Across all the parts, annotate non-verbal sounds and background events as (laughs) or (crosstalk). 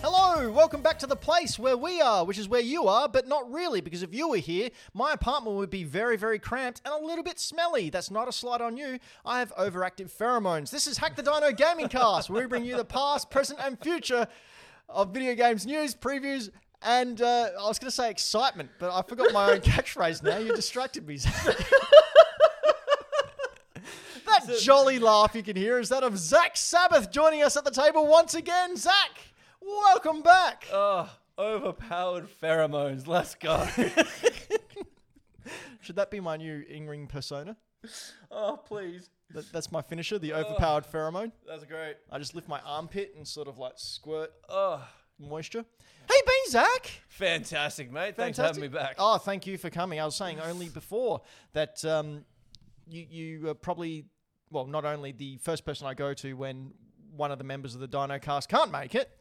Hello, welcome back to the place where we are, which is where you are, but not really, because if you were here, my apartment would be very, very cramped and a little bit smelly. That's not a slight on you. I have overactive pheromones. This is Hack the Dino Gaming Cast, where we bring you the past, present, and future of video games news, previews, and uh, I was going to say excitement, but I forgot my own catchphrase now. You distracted me. (laughs) Zach. that jolly laugh you can hear is that of Zach Sabbath joining us at the table once again. Zach, welcome back. Oh, overpowered pheromones. (laughs) Let's go. Should that be my new in-ring persona? oh, please. That, (laughs) that's my finisher, Oh. the overpowered pheromone. That's great. I just lift my armpit and sort of like squirt Oh, (laughs) moisture. Hey, Bean Zach! fantastic, mate. Thanks for having me back. Oh, thank you for coming. I was saying only before that um, you you are probably well not only the first person I go to when one of the members of the Dino Cast can't make (laughs) it,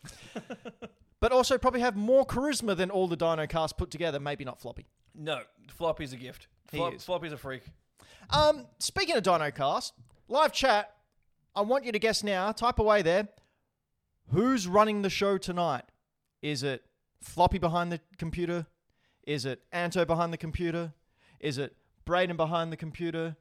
but also probably have more charisma than all the Dino Cast put together. Maybe not floppy. No, Floppy's a gift. He Flop, is. Floppy's a freak. Um, speaking of DinoCast, live chat, I want you to guess now, type away there. Who's running the show tonight? Is it Floppy behind the computer? Is it Anto behind the computer? Is it Braden behind the computer?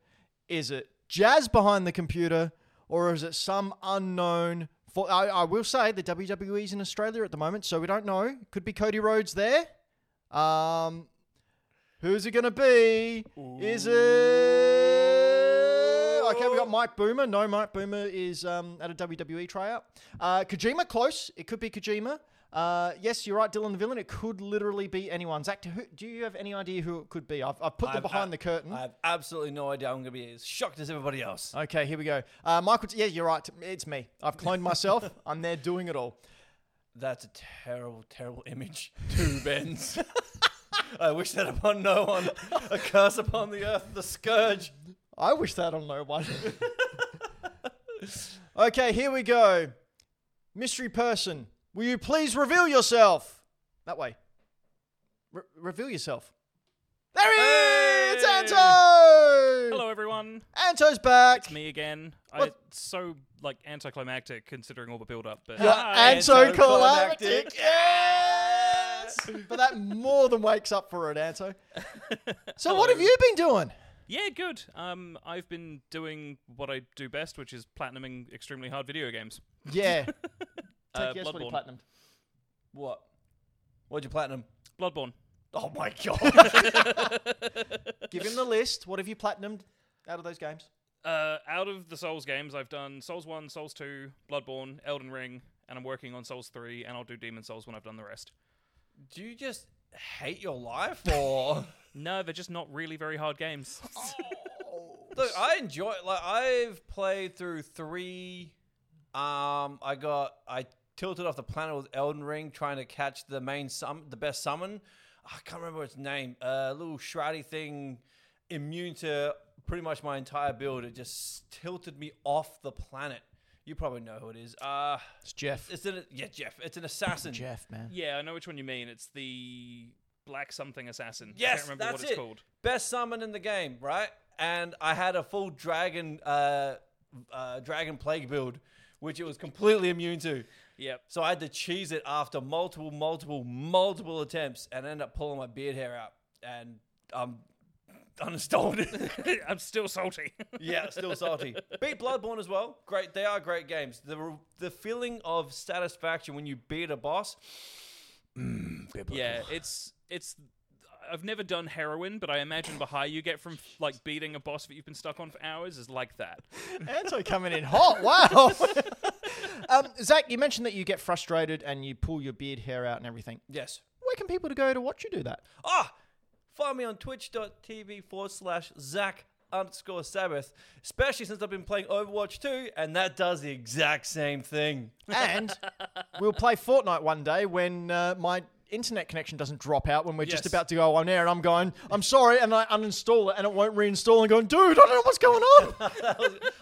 Is it Jazz behind the computer? Or is it some unknown? For I, I will say the WWE's in Australia at the moment, so we don't know. Could be Cody Rhodes there. Um, Who's it gonna be? Is it? Okay, we got Mike Boomer. No, Mike Boomer is um, at a WWE tryout. Uh, Kojima, close. It could be Kojima. Uh, yes, you're right, Dylan the Villain. It could literally be anyone. Zach, who, do you have any idea who it could be? I've, I've put them I've- behind I- the curtain. I have absolutely no idea. I'm going to be as shocked as everybody else. Okay, here we go. Uh, Michael, yeah, you're right. It's me. I've cloned (laughs) myself. I'm there doing it all. That's a terrible, terrible image. (laughs) Two bends. I wish that upon no one. A curse upon the earth. The scourge. I wish that on no one. (laughs) okay, here we go. Mystery person, will you please reveal yourself? That way. Re- reveal yourself. There he is! It's Hey! Anto! Hello, everyone. Anto's back. It's me again. I, What? it's so like anticlimactic considering all the build-up, but Ah, You're Hi, Uh, Anto Anto Galactic. Galactic. Yes! but that more than wakes up for it, (laughs) Anto. So, what have you been doing? yeah, good. Um, I've been doing what I do best, which is platinuming extremely hard video games. (laughs) Yeah. Take Uh, a guess what he Bloodborne. platinumed. What? What'd you platinum? Bloodborne. Oh my (laughs) (laughs) god. Give him the list. What have you platinumed out of those games? Uh, out of the Souls games, I've done Souls One, Souls Two, Bloodborne, Elden Ring, and I'm working on Souls Three, and I'll do Demon Souls when I've done the rest. Do you just hate your life or? No, they're just not really very (laughs) hard games. Look, I enjoy like I've played through three. Um, I got I tilted off the planet with Elden Ring trying to catch the main sum the best summon. I can't remember its name. A little shroudy thing, immune to pretty much my entire build. It just tilted me off the planet. You probably know who it is. Uh It's Jeff. it's an yeah Jeff. It's an assassin. Jeff, man. yeah, I know which one you mean. It's the Black Something Assassin. I Yes, can't remember that's what it's it. called. Best summon in the game, right? And I had a full dragon, uh, uh, dragon plague build, which it was completely immune to. Yep. (laughs) So I had to cheese it after multiple, multiple, multiple attempts, and end up pulling my beard hair out, and I'm (laughs) uninstalled. it. I'm still salty. (laughs) (laughs) yeah, still salty. Beat Bloodborne as well. Great, they are great games. The re- the feeling of satisfaction when you beat a boss. (laughs) Yeah, it's it's. I've never done heroin, but I imagine the high you get from (laughs) like beating a boss that you've been stuck on for hours is like that. Anto coming in hot. (laughs) Wow. um, Zach, you mentioned that you get frustrated and you pull your beard hair out and everything. Yes. Where can people to go to watch you do that? Ah, find me on twitch.tv forward slash Zach underscore Sabbath, especially since I've been playing Overwatch 2, and that does the exact same thing. (laughs) And we'll play Fortnite one day when uh, my internet connection doesn't drop out when we're just Yes. about to go on air and I'm going, I'm sorry, and I uninstall it and it won't reinstall and going, dude, I don't know what's going (laughs) on.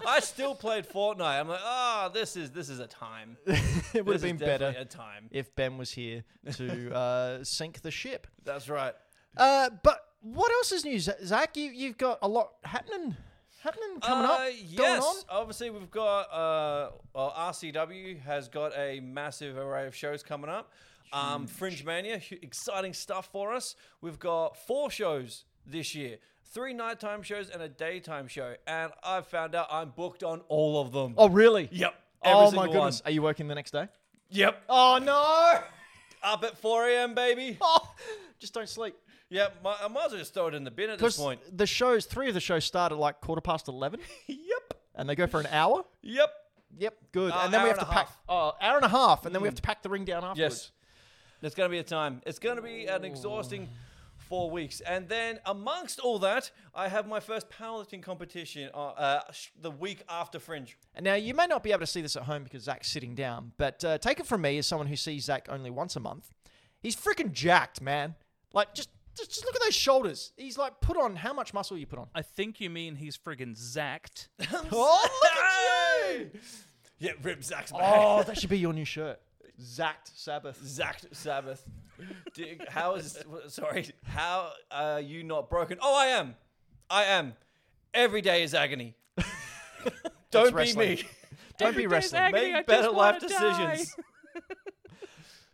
I still played Fortnite. I'm like, ah, this is this is a time. it would have This been is better definitely A time. if Ben was here to uh, sink the ship. That's right. Uh, but what else is new, Z- Zach? You you've got a lot happening, happening coming uh, up, Yes, going on. obviously we've got uh, well, RCW has got a massive array of shows coming up. Um, Fringe Mania, hu- exciting stuff for us. We've got four shows this year. Three nighttime shows and a daytime show, and I found out I'm booked on all of them. Oh really? yep. Every Oh my single goodness. One. Are you working the next day? Yep. Oh no! Up at 4 (laughs) a.m., baby. Oh, just don't sleep. Yep. mi- I might as well just throw it in the bin at Because (laughs) this point. the shows, three of the shows start at like quarter past eleven, Yep. and they go for an hour. Yep. (laughs) Yep, good. Uh, and then we hour have to and a pack. half. Hmm. Oh, hour and a half, and then we have to pack the ring down afterwards. Yes. It's going to be a time. It's going to be an exhausting four weeks. And then, amongst all that, I have my first powerlifting competition uh, uh, sh- the week after Fringe. And now you may not be able to see this at home because Zach's sitting down, but uh, take it from me as someone who sees Zach only once a month, he's freaking jacked, man. Like just, just just look at those shoulders. He's like put on how much muscle you put on. I think you mean he's (laughs) friggin' zacked. Oh, look (laughs) at you! Yeah, Rip Zach's back. Oh, that should be your new shirt. Zacked Sabbath. (laughs) Zach Sabbath. Dig- how is (laughs) sorry? How are you not broken? Oh, I am. I am. Every day (laughs) is agony. Don't be wrestling. me. Don't be wrestling. agony. I just Make better life wanna die. decisions.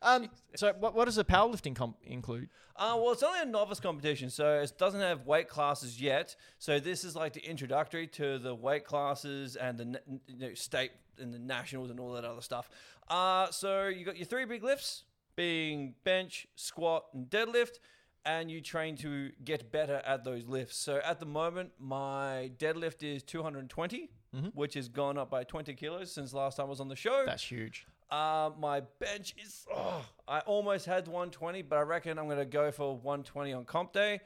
Um, so what, what does the powerlifting comp include? Uh, well, it's only a novice competition, so it doesn't have weight classes yet. So this is like the introductory to the weight classes and the na- you know, state and the nationals and all that other stuff. Uh, so you got your three big lifts, being bench, squat, and deadlift, and you train to get better at those lifts. So at the moment, my deadlift is 220, which has gone up by 20 kilos since last time I was on the show. That's huge. Uh, my bench is. Oh, I almost had 120, but I reckon I'm going to go for 120 on comp day.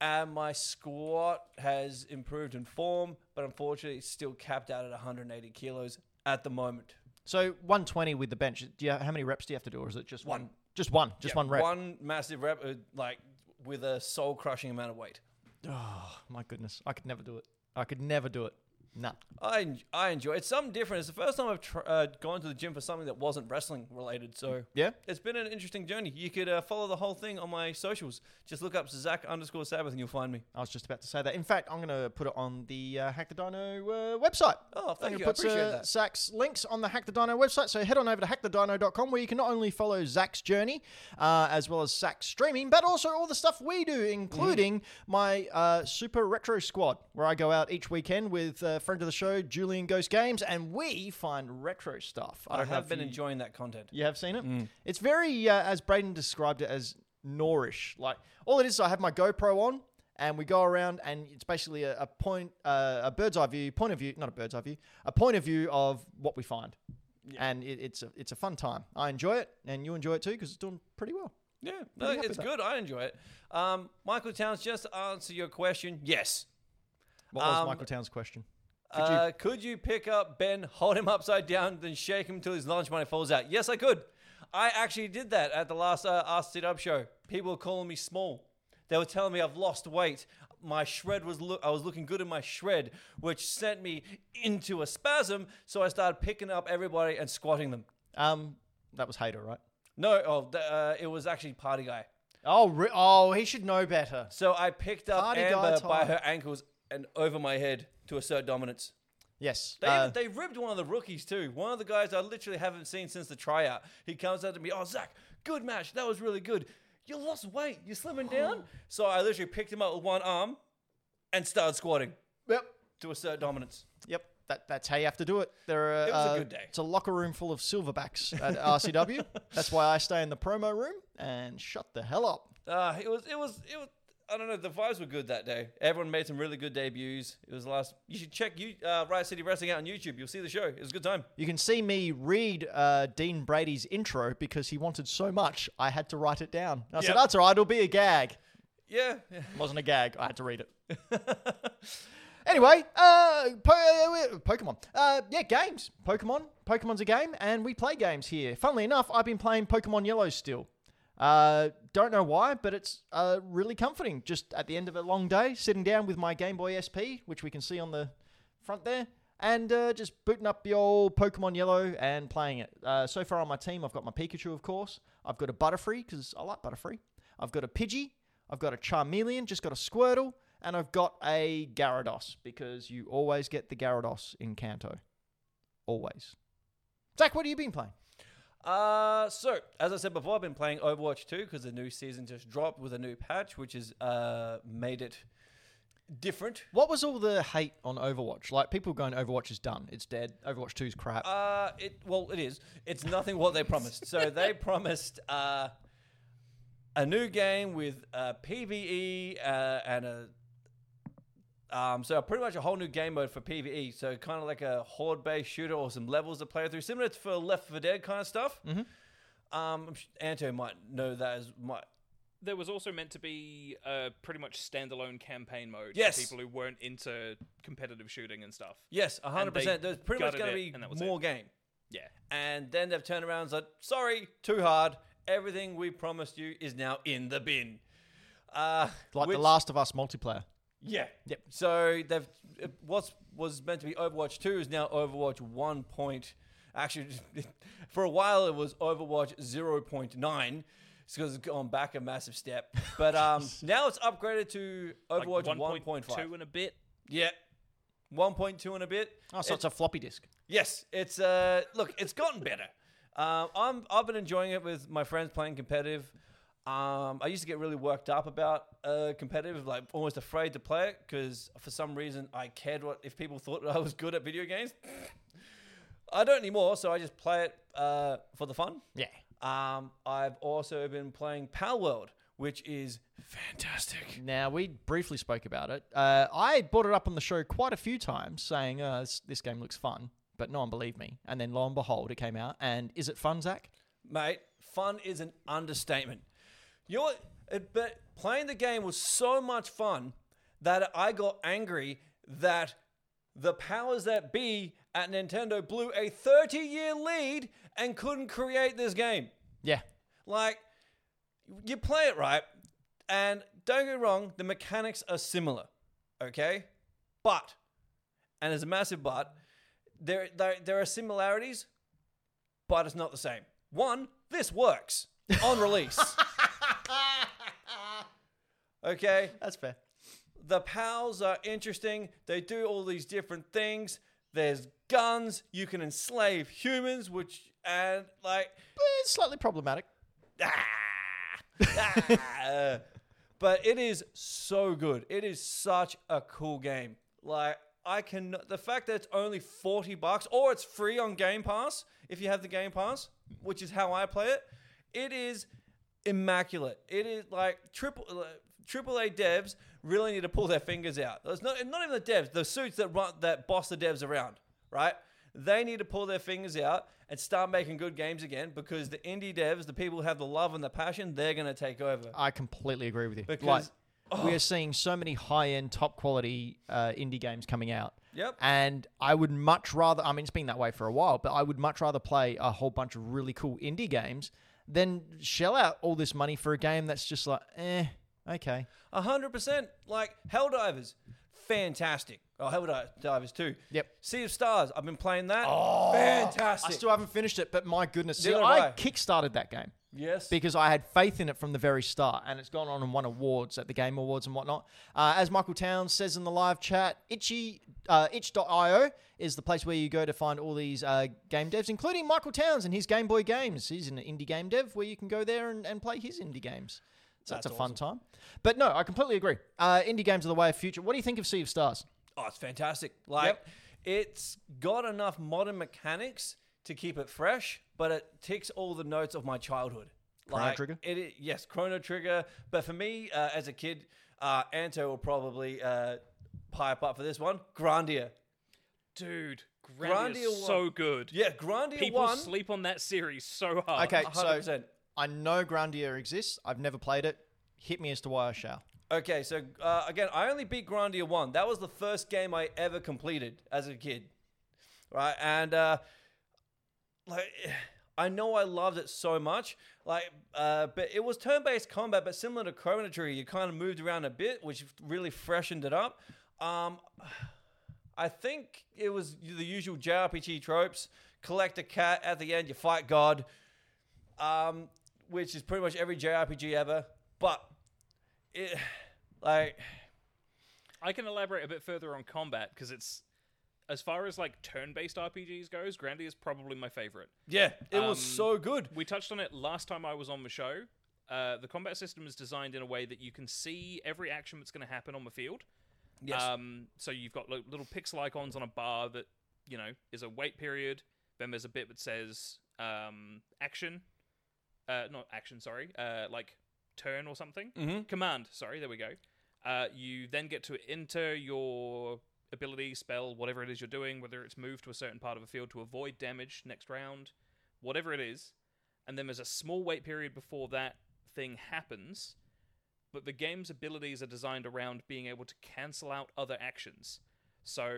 And my squat has improved in form, but unfortunately, it's still capped out at 180 kilos at the moment. So 120 with the bench. Do you, how many reps do you have to do, or is it just one? One. Just one. Just Yeah, one rep. One massive rep, uh, like with a soul crushing amount of weight. Oh my goodness, I could never do it. I could never do it. Nah. I, en- I enjoy It's something different. It's the first time I've tr- uh, gone to the gym for something that wasn't wrestling related. So Yeah. it's been an interesting journey. You could uh, follow the whole thing on my socials. Just look up Zach underscore Sabbath and you'll find me. I was just about to say that. In fact, I'm going to put it on the uh, Hack the Dino uh, website. Oh, thank I'm gonna you. I put, appreciate uh, that. Zach's links on the Hack the Dino website. So head on over to hackthedino.com where you can not only follow Zach's journey uh, as well as Zach's streaming, but also all the stuff we do, Mm-hmm. including my uh, Super Retro Squad, where I go out each weekend with a friend of the show, Julian Ghost Games, and we find retro stuff. I I don't know have if been you- enjoying that content. You have seen it. Mm. It's very, uh, as Braden described it, as Norish. Like all it is, I have my GoPro on, and we go around, and it's basically a, a point, uh, a bird's eye view, point of view, not a bird's eye view, a point of view of what we find, and it, it's a it's a fun time. I enjoy it, and you enjoy it too because it's doing pretty well. Yeah, no, Pretty happy Uh, it's with good. I enjoy it. Um, Michael Towns, just to answer your question, yes. What was Um, Michael Town's question? Could, uh, you? could you pick up Ben, hold him upside down, then shake him till his lunch money falls out? Yes, I could. I actually did that at the last uh, Ask Sit Up show. People were calling me small. They were telling me I've lost weight. My shred was look. I was looking good in my shred, which sent me into a spasm. So I started picking up everybody and squatting them. Um, that was Hater, right? No, oh, th- uh, it was actually Party Guy. Oh, re- oh, he should know better. So I picked up Cardi guy Amber by time. her ankles and over my head to assert dominance. Yes. They, uh, they ribbed one of the rookies too. One of the guys I literally haven't seen since the tryout. He comes up to me, oh Zach, good match. That was really good. You lost weight. You're slimming (gasps) down. so I literally picked him up with one arm and started squatting yep. to assert dominance. Yep, that, that's how you have to do it. There are, It was a uh, good day. It's a locker room full of silverbacks (laughs) at RCW. That's why I stay in the promo room and shut the hell up. Uh, it was it was it was. I don't know. The vibes were good that day. Everyone made some really good debuts. It was the last. You should check you uh, Riot City Wrestling out on YouTube. You'll see the show. It was a good time. You can see me read uh, Dean Brady's intro because he wanted so much, I had to write it down. And I said, Yep. "That's all right. It'll be a gag." Yeah. It wasn't a gag. I had to read it. (laughs) anyway, uh, po- uh, Pokemon. Uh, yeah, games. Pokemon. Pokemon's a game, and we play games here. Funnily enough, I've been playing Pokemon Yellow still. Uh, don't know why, but it's uh, really comforting. Just at the end of a long day, sitting down with my Game Boy SP, which we can see on the front there, and uh, just booting up the old Pokemon Yellow and playing it. Uh, so far on my team, I've got my Pikachu, of course. I've got a Butterfree because I like Butterfree. I've got a Pidgey. I've I've got a Charmeleon, just got a Squirtle, and I've got a Gyarados because you always get the Gyarados in Kanto. Always. Zach, what have you been playing? Uh, so, as I said before, I've been playing Overwatch 2 because the new season just dropped with a new patch, which has uh, made it different. What was all the hate on Overwatch? Like people going, Overwatch is done, it's dead, Overwatch 2 is crap. Uh, it well, it is. It's nothing what they promised. So they promised uh, a new game with uh, PVE uh, and a um, so pretty much a whole new game mode for PVE. So kind of like a horde-based shooter or some levels to play through, similar to for Left 4 Dead kind of stuff. Um, I'm sh- Anto might know that as my There was also meant to be a pretty much standalone campaign mode Yes. for people who weren't into competitive shooting and stuff. yes, hundred percent. they There's pretty much gutted going to it, be and that was more game. Yeah. And then they've turned around and said, sorry, too hard. Everything we promised you is now in the bin. Uh, like which- The Last of Us multiplayer. Yeah. Yep. So they've it- what's was meant to be Overwatch 2 is now Overwatch 1. Point, actually, (laughs) for a while it was Overwatch 0.9. It's because it's gone back a massive step. (laughs) But um, now it's upgraded to Like Overwatch 1.5. 1.2 and a bit. Yeah. 1.2 in a bit. Oh, so It- it's a floppy disk. Yes, it's uh look, it's gotten better. Um, I'm I've been enjoying it with my friends playing competitive. Um, I used to get really worked up about uh, competitive, like almost afraid to play it because for some reason I cared what if people thought I was good at video games. I don't anymore, so I just play it uh, for the fun. Yeah. Um, I've also been playing Pal World, which is fantastic. Now, we briefly spoke about it. Uh, I brought it up on the show quite a few times, saying, uh, this, this game looks fun, but no one believed me. And then lo and behold, it came out. And is it fun, Zach? mate. Fun is an understatement. You know what? It, but playing the game was so much fun that I got angry that the powers that be at Nintendo blew a 30 year lead and couldn't create this game. Yeah. Like, you play it right, and don't get me wrong, the mechanics are similar, okay? But, and there's a massive but, there, there, there are similarities, but it's not the same. One, this works on release. okay? That's fair. The pals are interesting. They do all these different things. There's guns. You can enslave humans, which, and like, But it's slightly problematic. Ah. Ah. but it is so good. It is such a cool game. Like I can the fact that it's only 40 bucks or it's free on Game Pass if you have the Game Pass, which is how I play it. It is immaculate. It is like triple uh, triple A devs really need to pull their fingers out. It's not not even the devs, the suits that run that boss the devs around, right? They need to pull their fingers out and start making good games again because the indie devs, the people who have the love and the passion, they're going to take over. I completely agree with you. like, Because- we are seeing so many high-end, top-quality uh, indie games coming out. Yep. And I would much rather. I mean, it's been that way for a while, but I would much rather play a whole bunch of really cool indie games than shell out all this money for a game that's just like, eh, okay. A hundred percent. Like Helldivers, fantastic. Oh, Helldivers too. Yep. Sea of Stars. I've been playing that. Oh, fantastic. I still haven't finished it, but my goodness, see, Neither have I I. kickstarted that game. yes. because I had faith in it from the very start, and it's gone on and won awards at the Game Awards and whatnot. Uh, as Michael Towns says in the live chat, itchy uh, itch.io is the place where you go to find all these uh, game devs, including Michael Towns and his Game Boy games. He's an indie game dev where you can go there and, and play his indie games. So that's, That's a fun time. But no, I completely agree. Uh, indie games are the way of future. What do you think of Sea of Stars? oh, it's fantastic. Like it's got enough modern mechanics to keep it fresh, but it ticks all the notes of my childhood. Chrono Trigger? It, i- yes, Chrono Trigger. But for me, uh, as a kid, uh, Anto will probably uh, pipe up for this one. Grandia. Dude, Grandia Grandia is so one. good. Yeah, Grandia People one. sleep on that series so hard. Okay, so 100%. I know Grandia exists. I've never played it. Hit me as to why I shall. Okay, so uh, again, I only beat Grandia one. That was the first game I ever completed as a kid, right? And uh, like, (sighs) I know I loved it so much. Like, uh, but it was turn-based combat, but similar to Chrono Trigger, you kind of moved around a bit, which really freshened it up. Um, (sighs) I think it was the usual JRPG tropes: collect a cat at the end, you fight God, um, which is pretty much every JRPG ever, but it, like I can elaborate a bit further on combat because it's as far as like turn-based RPGs goes, Grandia is probably my favorite. yeah, it Um, was so good. We touched on it last time I was on the show. Uh, the combat system is designed in a way that you can see every action that's going to happen on the field. Yes. Um, so you've got li- little pixel icons on a bar that you know is a wait period. Then there's a bit that says um, action, uh, not action, sorry, uh, like turn or something. Mhm. Command, sorry, there we go. Uh, you then get to enter your ability, spell, whatever it is you're doing, whether it's move to a certain part of a field to avoid damage next round, whatever it is. And then there's a small wait period before that thing happens but the game's abilities are designed around being able to cancel out other actions. So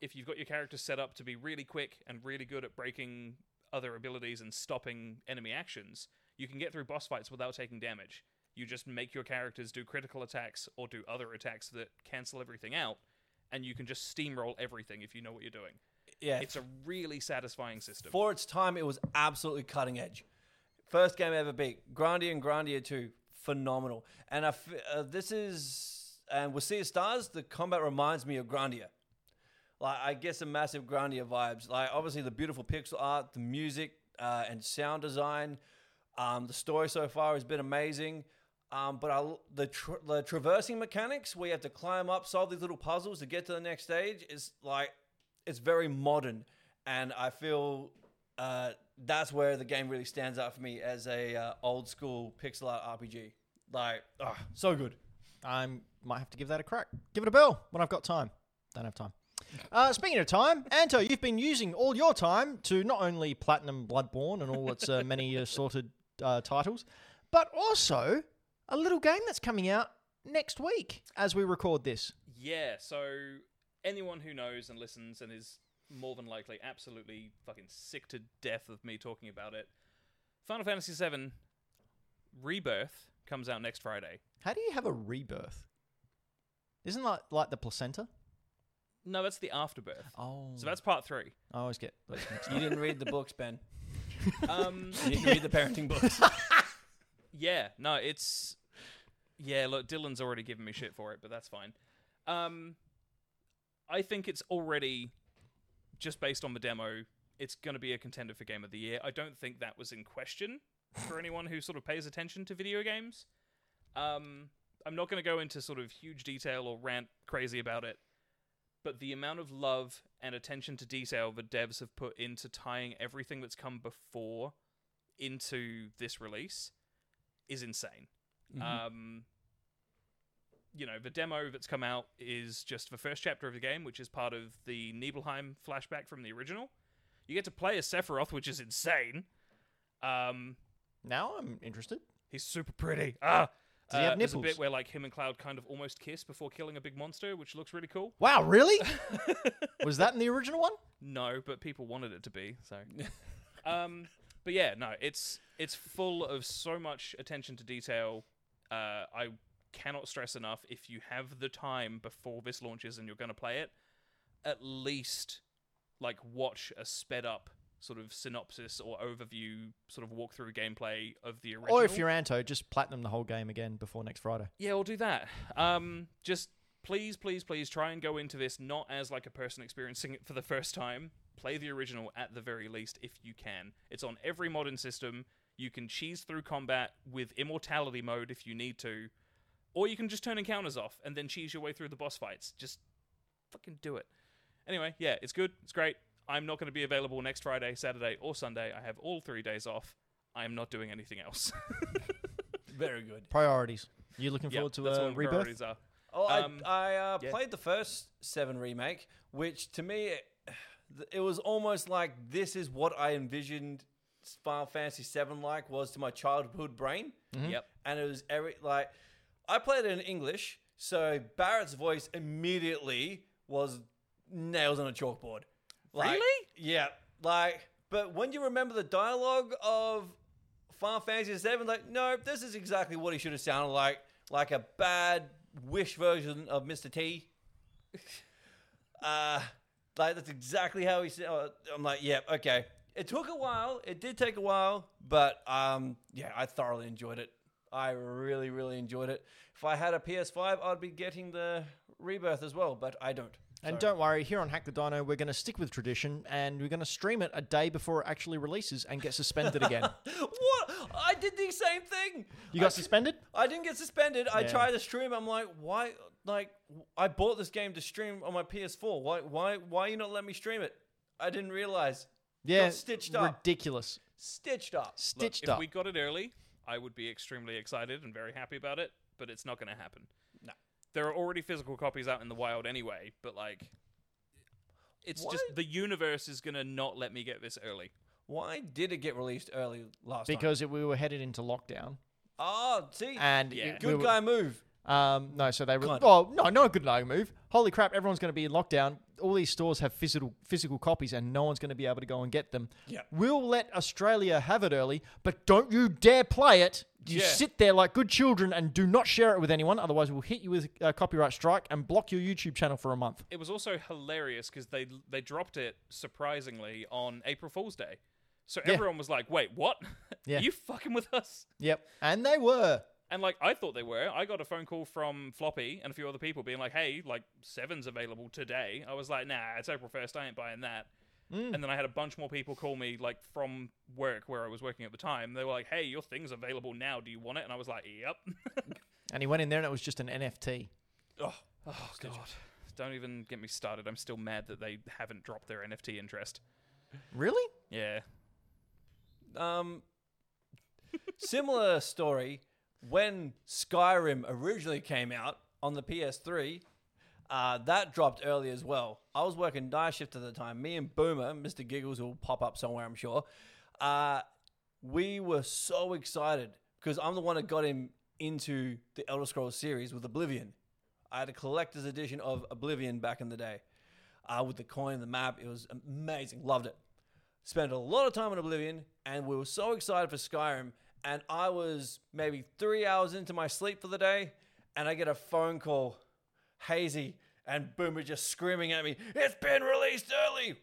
if you've got your character set up to be really quick and really good at breaking other abilities and stopping enemy actions, you can get through boss fights without taking damage. You just make your characters do critical attacks or do other attacks that cancel everything out, and you can just steamroll everything if you know what you're doing. yeah, It's a really satisfying system. for its time, it was absolutely cutting edge. First game I ever beat, Grandia and Grandia 2, phenomenal. And I f- uh, this is, and with Sea of Stars, the combat reminds me of Grandia. Like, I guess a massive Grandia vibes. Like, obviously, the beautiful pixel art, the music, uh, and sound design. Um, the story so far has been amazing. Um, but I, l- the, tra- the traversing mechanics where you have to climb up, solve these little puzzles to get to the next stage is like, it's very modern. And I feel uh, that's where the game really stands out for me as a uh, old school pixel art RPG. Like, ah, so good. I might have to give that a crack. Give it a bell when I've got time. Don't have time. Uh, speaking of time, Anto, you've been using all your time to not only platinum Bloodborne and all its uh, many assorted uh, titles, but also a little game that's coming out next week as we record this. Yeah, so anyone who knows and listens and is more than likely absolutely fucking sick to death of me talking about it. Final Fantasy VII Rebirth comes out next Friday. How do you have a rebirth? Isn't that like the placenta? No, that's the Afterbirth. Oh, So that's part three. I always get those mixed You up. didn't read the books, (laughs) Ben. Um, You didn't read the parenting books. yeah, no, it's yeah. Look, Dylan's already given me shit for it, but that's fine. Um, I think it's already just based on the demo. It's going to be a contender for game of the year. I don't think that was in question for anyone who sort of pays attention to video games. Um, I'm not going to go into sort of huge detail or rant crazy about it, but the amount of love and attention to detail the devs have put into tying everything that's come before into this release is insane. Mm-hmm. Um, you know, the demo that's come out is just the first chapter of the game, which is part of the Nibelheim flashback from the original. You get to play as Sephiroth, which is insane. Um, now I'm interested. he's super pretty. Ah, Does he have there's a nipples? bit where like him and Cloud kind of almost kiss before killing a big monster, which looks really cool. Wow, really? Was that in the original one? No, but people wanted it to be (laughs) so. um, but yeah, no, it's it's full of so much attention to detail. Uh, I cannot stress enough if you have the time before this launches and you're going to play it, at least like watch a sped up sort of synopsis or overview sort of walkthrough gameplay of the original. Or if you're Anto, just platinum the whole game again before next Friday. Yeah, we'll do that. Um, just please, please, please try and go into this not as like a person experiencing it for the first time. Play the original at the very least if you can. It's on every modern system. You can cheese through combat with immortality mode if you need to, or you can just turn encounters off and then cheese your way through the boss fights. Just fucking do it. Anyway, yeah, it's good. It's great. I'm not going to be available next Friday, Saturday, or Sunday. I have all three days off. I am not doing anything else. (laughs) Very good. Priorities. You looking Yep, forward to that's uh, all my rebirth? priorities are. Oh, Um, I, I uh, yeah. played the first Seven remake, which to me, it, it was almost like this is what I envisioned Final Fantasy Seven like was to my childhood brain. Yep. and it was every like I played it in English, so Barrett's voice immediately was nails on a chalkboard. Like, Really? Yeah. Like, but when you remember the dialogue of Final Fantasy VII, like, no, this is exactly what he should have sounded like, like a bad wish version of Mr. T. Uh, like that's exactly how he said. Uh, I'm like, yeah, okay. It took a while. It did take a while, but um, yeah, I thoroughly enjoyed it. I really, really enjoyed it. If I had a PS5, I'd be getting the Rebirth as well, but I don't. And So- don't worry, here on Hack the Dino, we're going to stick with tradition and we're going to stream it a day before it actually releases and get suspended again. What? I did the same thing. You got I, suspended? I didn't get suspended. I Yeah. tried to stream. I'm like, why? Like, I bought this game to stream on my PS4. Why? Why? Why you not let me stream it? I didn't realize. Yeah. stitched up. Ridiculous. Stitched up. Look, Stitched if up. we got it early, I would be extremely excited and very happy about it, but it's not going to happen. No. There are already physical copies out in the wild anyway, but like it's just What? the universe is going to not let me get this early. Why did it get released early last time? because it, we were headed into lockdown. oh, see, And Yeah. it- we good were- guy move. Um, no, so they were. Kind Oh, no, not a good luck move. Holy crap, everyone's going to be in lockdown. All these stores have physical physical copies, and no one's going to be able to go and get them. Yeah. We'll let Australia have it early, but don't you dare play it. You Yeah. sit there like good children and do not share it with anyone. Otherwise, we'll hit you with a copyright strike and block your YouTube channel for a month. It was also hilarious because they they dropped it surprisingly on April Fool's Day, so Yeah. everyone was like, "Wait, what? Yeah. Are (laughs) you fucking with us?" Yep. And they were. And like I thought they were. I got a phone call from Floppy and a few other people being like, "Hey, like Seven's available today." I was like, "Nah, it's April first. I ain't buying that." Mm. And then I had a bunch more people call me like from work where I was working at the time. They were like, "Hey, your thing's available now. Do you want it?" And I was like, "Yep." (laughs) And he went in there, and it was just an NFT. Oh, oh god. Don't even get me started. I'm still mad that they haven't dropped their NFT interest. Really? Yeah. Um, similar story when Skyrim originally came out on the PS3. Uh, that dropped early as well. I was working night shift at the time. Me and Boomer, Mr. Giggles will pop up somewhere, I'm sure. Uh, we were so excited because I'm the one that got him into the Elder Scrolls series with Oblivion. I had a collector's edition of Oblivion back in the day uh, with the coin, the map. It was amazing. Loved it spent a lot of time on Oblivion, and we were so excited for Skyrim. And I was maybe three hours into my sleep for the day, and I get a phone call, hazy, and Boomer just screaming at me, "It's been released early!"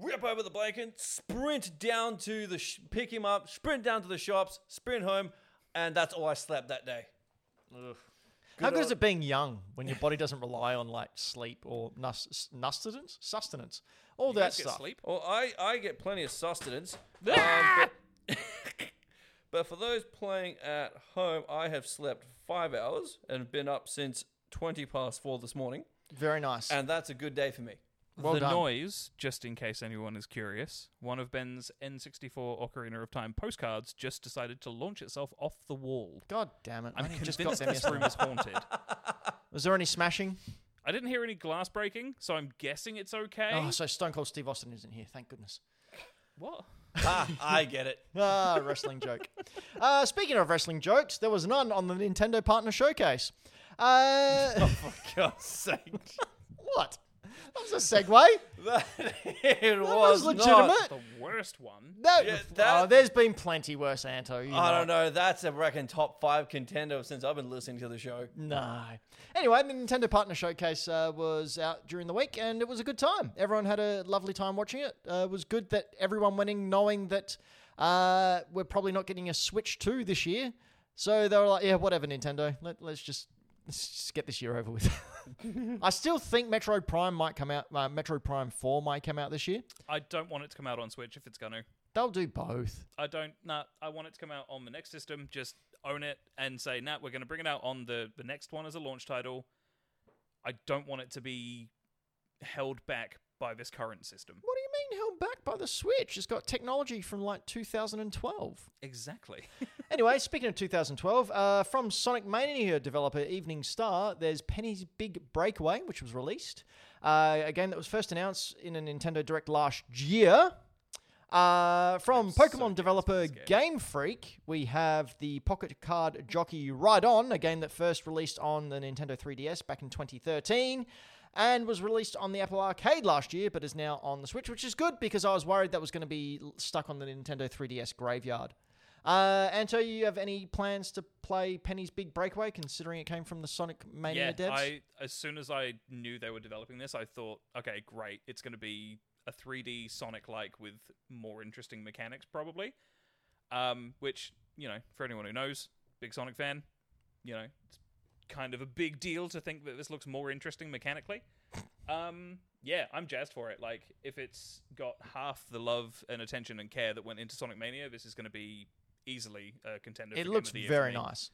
Rip over the blanket, sprint down to the sh- pick him up, sprint down to the shops, sprint home, and that's all I slept that day. How good old- is it being young when your body doesn't rely on like sleep or nus- sustenance, sustenance, all You that guys get stuff? sleep? Well, Oh, I, I get plenty of sustenance. um, but, (laughs) but for those playing at home, I have slept five hours and been up since 20 past four this morning. Very nice. And that's a good day for me. well the done. noise, just in case anyone is curious, one of Ben's N64 Ocarina of Time postcards just decided to launch itself off the wall. God damn it! I'm only just convinced got them this room yesterday. is haunted. Was there any smashing? I didn't hear any glass breaking, so I'm guessing it's okay. Oh, so Stone Cold Steve Austin isn't here. Thank goodness. what? (laughs) ah, I get it. Ah, wrestling joke. Uh, speaking of wrestling jokes, there was none on the Nintendo Partner Showcase. Uh, For God's (laughs) sake. what? That was a segue. That it That was, was, not- legitimate. The worst one. No, Yeah, oh, that- there's been plenty worse, Anto. you I don't know. That's a reckon top five contender since I've been listening to the show. No. Anyway, the Nintendo Partner Showcase uh, was out during the week, and it was a good time. Everyone had a lovely time watching it. Uh, it was good that everyone went in knowing that uh, we're probably not getting a Switch 2 this year. So they were like, yeah, whatever, Nintendo. Let, let's just let's just get this year over with. (laughs) I still think Metroid Prime might come out. Uh, Metroid Prime 4 might come out this year. I don't want it to come out on Switch if it's gonna. They'll do both. I don't. Nah, I want it to come out on the next system. Just own it and say, nah, we're gonna bring it out on the the next one as a launch title. I don't want it to be held back by this current system. What do you mean held back by the Switch? It's got technology from like 2012. Exactly. Anyway, speaking of 2012, uh, from Sonic Mania developer Evening Star, there's Penny's Big Breakaway, which was released. Uh, a game that was first announced in a Nintendo Direct last year. Uh, from so Pokemon down developer with this Game Freak, we have the Pocket Card Jockey Ride On, a game that first released on the Nintendo 3DS back in 2013 and was released on the Apple Arcade last year, but is now on the Switch, which is good because I was worried that was going to be l- stuck on the Nintendo 3DS graveyard. Uh, Anto, you have any plans to play Penny's Big Breakaway, considering it came from the Sonic Mania yeah, devs? I as soon as I knew they were developing this, I thought, okay, great, it's going to be a 3D Sonic like with more interesting mechanics, probably. Um, which you know, for anyone who knows, big Sonic fan. You know, it's kind of a big deal to think that this looks more interesting mechanically. Um, yeah, I'm jazzed for it. Like, if it's got half the love and attention and care that went into Sonic Mania, this is going to be easily a contender. it for looks game of the year very for me. nice.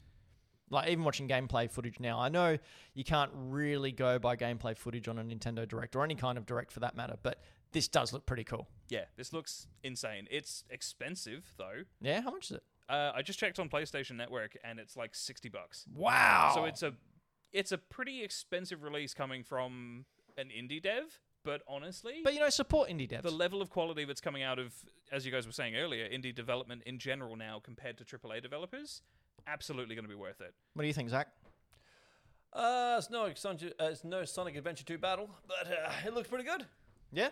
Like even watching gameplay footage now, I know you can't really go by gameplay footage on a Nintendo Direct or any kind of Direct for that matter, but this does look pretty cool. Yeah, this looks insane. It's expensive though. Yeah, how much is it? Uh, I just checked on PlayStation Network, and it's like sixty bucks. Wow. So it's a it's a pretty expensive release coming from an indie dev, but honestly, but you know support indie devs. the level of quality that's coming out of, as you guys were saying earlier, indie development in general now compared to AAA developers, absolutely going to be worth it. what do you think, Zach? Uh, it's no Sonic, uh, it's no Sonic Adventure 2 battle, but uh, it looks pretty good. Yeah.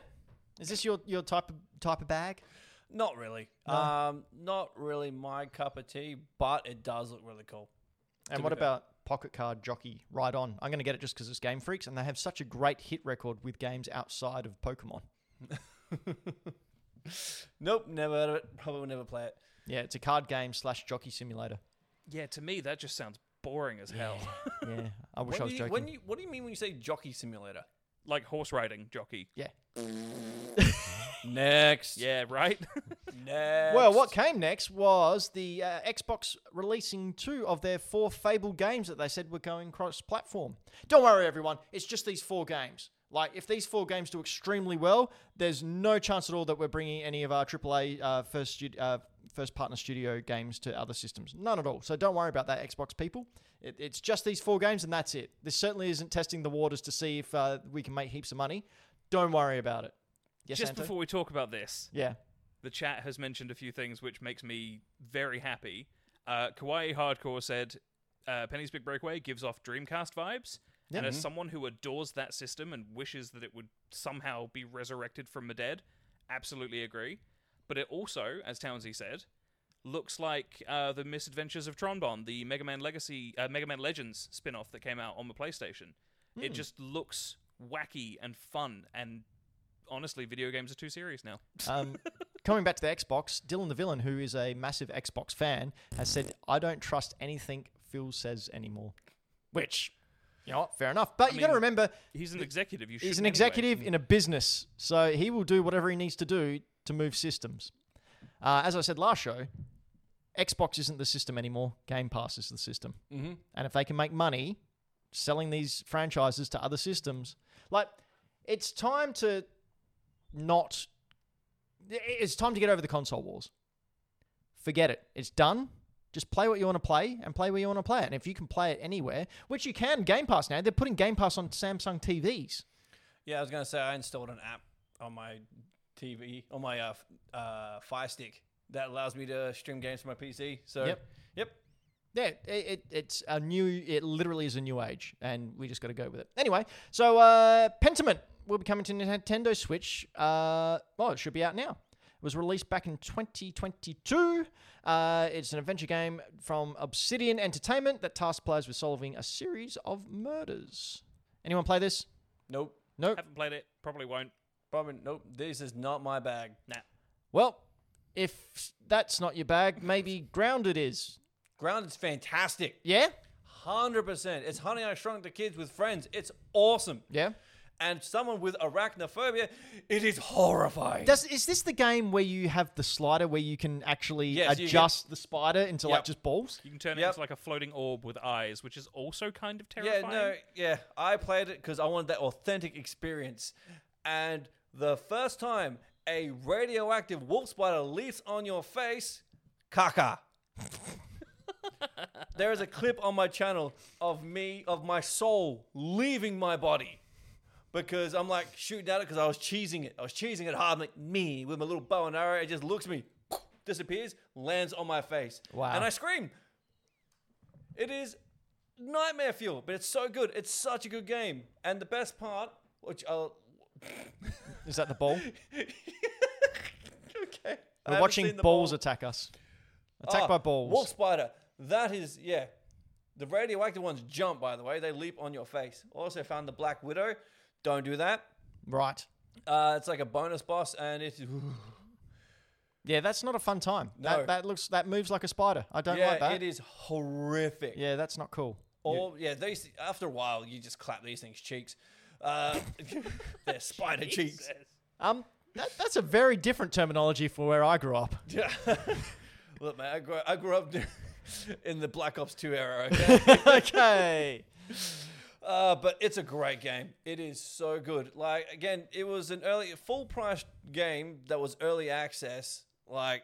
Is this your your type of type of bag? Not really. Um, not really my cup of tea, but it does look really cool. And To what be fair. about Pocket Card Jockey Right On? I'm going to get it just because it's Game Freaks, and they have such a great hit record with games outside of Pokemon. Nope, never heard of it. Probably will never play it. Yeah, it's a card game slash jockey simulator. Yeah, to me that just sounds boring as hell. Yeah, I wish When I was do you, joking. When you, what do you mean when you say jockey simulator? like horse riding jockey. yeah. Next. Yeah, right. Next. Well, what came next was the uh, Xbox releasing two of their four Fable games that they said were going cross platform. Don't worry, everyone. It's just these four games. Like, if these four games do extremely well, there's no chance at all that we're bringing any of our AAA uh, first, stu- uh, first partner studio games to other systems. None at all. So don't worry about that, Xbox people. It, it's just these four games, and that's it. This certainly isn't testing the waters to see if uh, we can make heaps of money. Don't worry about it. Yes, (laughs) just Anto? before we talk about this, Yeah. the chat has mentioned a few things which makes me very happy. Uh, Kawaii Hardcore said, uh, "Penny's Big Breakaway gives off Dreamcast vibes." Yeah. And as someone who adores that system and wishes that it would somehow be resurrected from the dead, absolutely agree. But it also, as Townsy said, looks like uh, the Misadventures of Tronbon, the Mega Man Legacy, uh, Mega Man Legends spin-off that came out on the PlayStation. It just looks wacky and fun, and honestly, video games are too serious now. Um, coming back to the Xbox, Dylan the Villain, who is a massive Xbox fan, has said, I don't trust anything Phil says anymore. Which, you know what, fair enough. But you got to mean, remember, He's an executive. You he's shouldn't an anyway. executive in a business, so he will do whatever he needs to do to move systems. Uh, as I said last show, Xbox isn't the system anymore. Game Pass is the system. Mm-hmm. And if they can make money selling these franchises to other systems, like it's time to not. i- It's time to get over the console wars. Forget it. It's done. Just play what you want to play and play where you want to play it. And if you can play it anywhere, which you can, Game Pass now, they're putting Game Pass on Samsung TVs. Yeah, I was gonna say I installed an app on my TV on my uh, f- uh, Fire Stick that allows me to stream games from my PC. So Yep. yep. Yeah, it, it, it's a new. It literally is a new age, and we just got to go with it. Anyway, so uh, Pentiment will be coming to Nintendo Switch. Uh, well, it should be out now. It was released back in 2022. Uh, it's an adventure game from Obsidian Entertainment that tasks players with solving a series of murders. Anyone play this? Nope. Nope. Haven't played it. Probably won't. Probably nope. This is not my bag. Nah. Well, if that's not your bag, maybe Grounded is. Grounded's fantastic. Yeah. Hundred percent. It's Honey I Shrunk the Kids with friends. It's awesome. Yeah. And someone with arachnophobia, it is horrifying. Does is this the game where you have the slider where you can actually Yes, you adjust the spider into like Yep. just balls? You can turn it Yep. into like a floating orb with eyes, which is also kind of yeah, terrifying. no, yeah. I played it because I wanted that authentic experience. And the first time a radioactive wolf spider leaps on your face, caca. there is a clip on my channel of me, of my soul leaving my body. Because I'm like shooting at it because I was cheesing it. I was cheesing it hard. I'm like, me, with my little bow and arrow. It just looks at me, (sniffs) disappears, lands on my face. Wow. And I scream. It is nightmare fuel, but it's so good. It's such a good game. And the best part, which I'll. (laughs) Is that the ball? okay. I We're haven't watching seen the balls ball. attack us. Attack Ah, by balls. Wolf spider. That is, yeah. The radioactive ones jump, by the way. They leap on your face. Also found the Black Widow. Don't do that. Right. Uh, it's like a bonus boss, and it's. Yeah, that's not a fun time. No. That, that looks that moves like a spider. I don't yeah, like that. it is horrific. Yeah, that's not cool. Or yeah, these after a while you just clap these things cheeks. Uh, (laughs) they're (laughs) spider (laughs) cheeks. Um, that, that's a very different terminology for where I grew up. (laughs) (laughs) Yeah. Look, man, I grew, I grew up (laughs) in the Black Ops 2 era, okay? okay. uh, but it's a great game. It is so good. Like, again, it was an early, full price game that was early access. Like,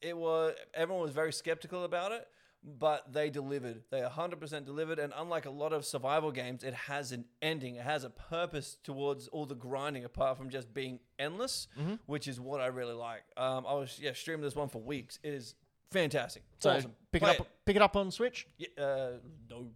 it was, everyone was very skeptical about it, but they delivered. They 100% delivered. And unlike a lot of survival games, it has an ending, it has a purpose towards all the grinding apart from just being endless, Mm-hmm. which is what I really like. Um, I was, yeah, streaming this one for weeks. It is fantastic. It's So awesome. pick Play it up. Pick it up on Switch. it. Yeah, uh, no.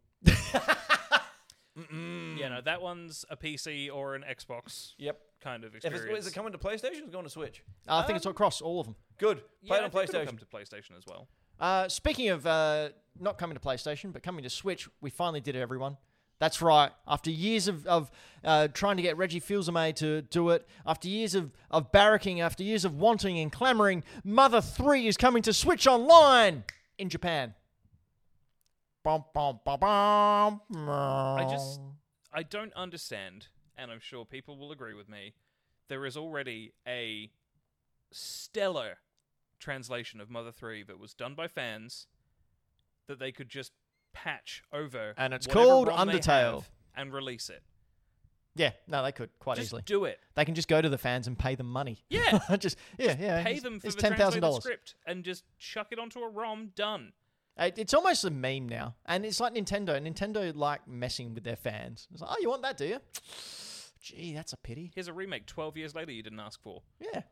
Mm. Yeah, no, that one's a PC or an Xbox Yep. kind of If it's, experience. is it coming to PlayStation? It's going to Switch. Uh, Uh, I think Um, it's across all of them. Good. Play yeah, it I think it'll on come PlayStation. to PlayStation as well. Uh, speaking of uh, not coming to PlayStation, but coming to Switch, we finally did it, everyone. That's right. After years of, of uh, trying to get Reggie Fils-Aimé to do it, after years of, of barracking, after years of wanting and clamoring, Mother 3 is coming to Switch Online in Japan. Bum, bum, bum, bum. I just Oh. I don't understand, and I'm sure people will agree with me. There is already a stellar translation of Mother 3 that was done by fans that they could just patch over And it's whatever called ROM they Undertale. have and release it. Yeah, no, they could quite just easily. do it. They can just go to the fans and pay them money. Yeah. (laughs) just yeah, yeah. Pay it's- them for it's the ten thousand translated dollars. script and just chuck it onto a ROM. Done. It- It's almost a meme now, and it's like Nintendo. Nintendo like messing with their fans. It's like, oh, you want that, do you? (sniffs) Gee, that's a pity. Here's a remake 12 years later you didn't ask for. Yeah.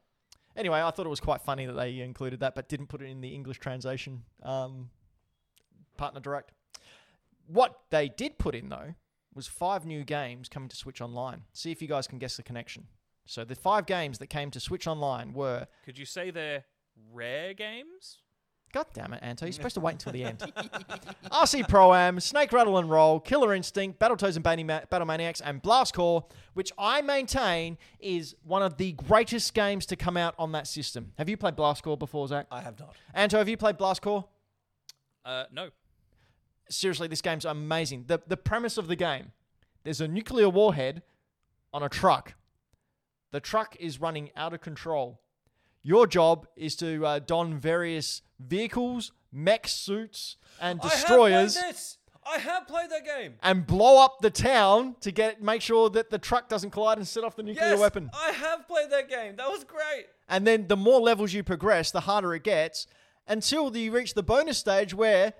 Anyway, I thought it was quite funny that they included that, but didn't put it in the English translation um, partner direct. What they did put in though was five new games coming to Switch Online. See if you guys can guess the connection. So the five games that came to Switch Online were. Could you say they're rare games? God damn it, Anto. You're supposed to wait until the end. (laughs) RC Pro Am, Snake Rattle and Roll, Killer Instinct, Battletoads and Bani- Battle Maniacs, and Blast Core, which I maintain is one of the greatest games to come out on that system. Have you played Blast Core before, Zach? I have not. Anto, have you played Blast Core? Uh, no. Seriously, this game's amazing. The, the premise of the game there's a nuclear warhead on a truck. The truck is running out of control. Your job is to uh, don various vehicles, mech suits, and destroyers I have played this. I have played that game. and blow up the town to get make sure that the truck doesn't collide and set off the nuclear Yes, weapon. I have played that game. That was great. And then the more levels you progress, the harder it gets until you reach the bonus stage where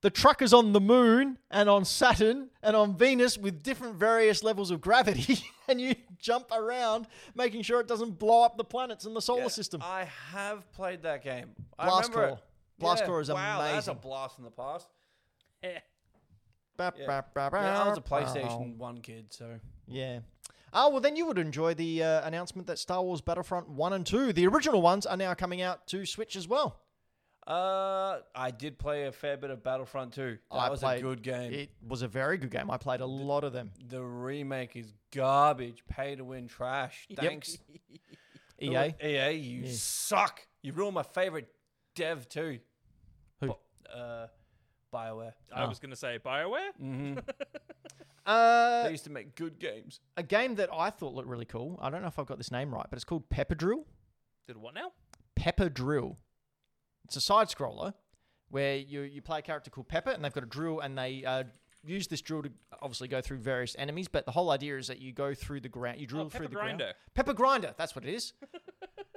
the truck is on the moon and on Saturn and on Venus with different various levels of gravity (laughs) and you jump around making sure it doesn't blow up the planets in the solar system. I have played that game. I Blast remember it. Core. Blast Yeah. Core is wow, That's a amazing. blast from the past. Eh. Ba- yeah. ba- ba- ba- Yeah, I was a ba- PlayStation One kid, so Yeah. Oh, well, then you would enjoy the uh, announcement that Star Wars Battlefront 1 and 2, the original ones, are now coming out to Switch as well. uh, I did play a fair bit of Battlefront 2. That I was played- a good game. It was a very good game. I played a lot of them. the remake is garbage. Pay to win trash. Thanks. EA? EA, E you suck. You ruined my favorite dev too. Who? Bo- uh, Bioware. Ah. I was going to say BioWare. Uh, Uh, They used to make good games. a game that I thought looked really cool. I don't know if I've got this name right, but it's called Pepper Drill. Did what now? Pepper Drill. It's a side scroller where you, you play a character called Pepper and they've got a drill and they uh, use this drill to obviously go through various enemies. But the whole idea is that you go through the ground, you drill Oh, through Pepper the ground. Grinder. Pepper Grinder, that's what it is. (laughs)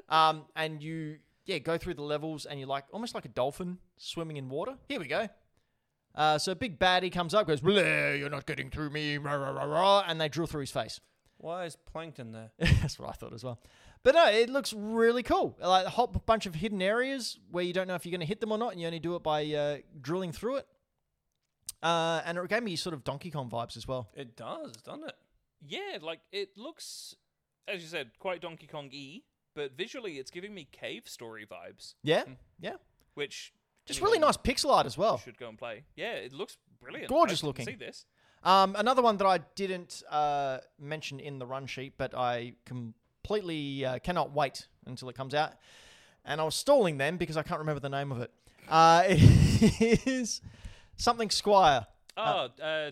um, and you yeah go through the levels and you're like almost like a dolphin swimming in water. Here we go. Uh, so a big baddie comes up, goes, "Bleh, you're not getting through me, rah, rah, rah, rah, and they drill through his face. Why is Plankton there? (laughs) That's what I thought as well. But no, it looks really cool. Like a whole bunch of hidden areas where you don't know if you're going to hit them or not, and you only do it by uh, drilling through it. Uh, and it gave me sort of Donkey Kong vibes as well. It does, doesn't it? Yeah, like it looks, as you said, quite Donkey Kong y, but visually it's giving me cave story vibes, Yeah, yeah. which Just anyone really nice pixel art as well. Should go and play. Yeah, it looks brilliant. Gorgeous I can looking. See this? Um, another one that I didn't uh, mention in the run sheet, but I completely uh, cannot wait until it comes out. and I was stalling them because I can't remember the name of it. Uh, (laughs) it is something Squire, Oh, Uh, uh, uh,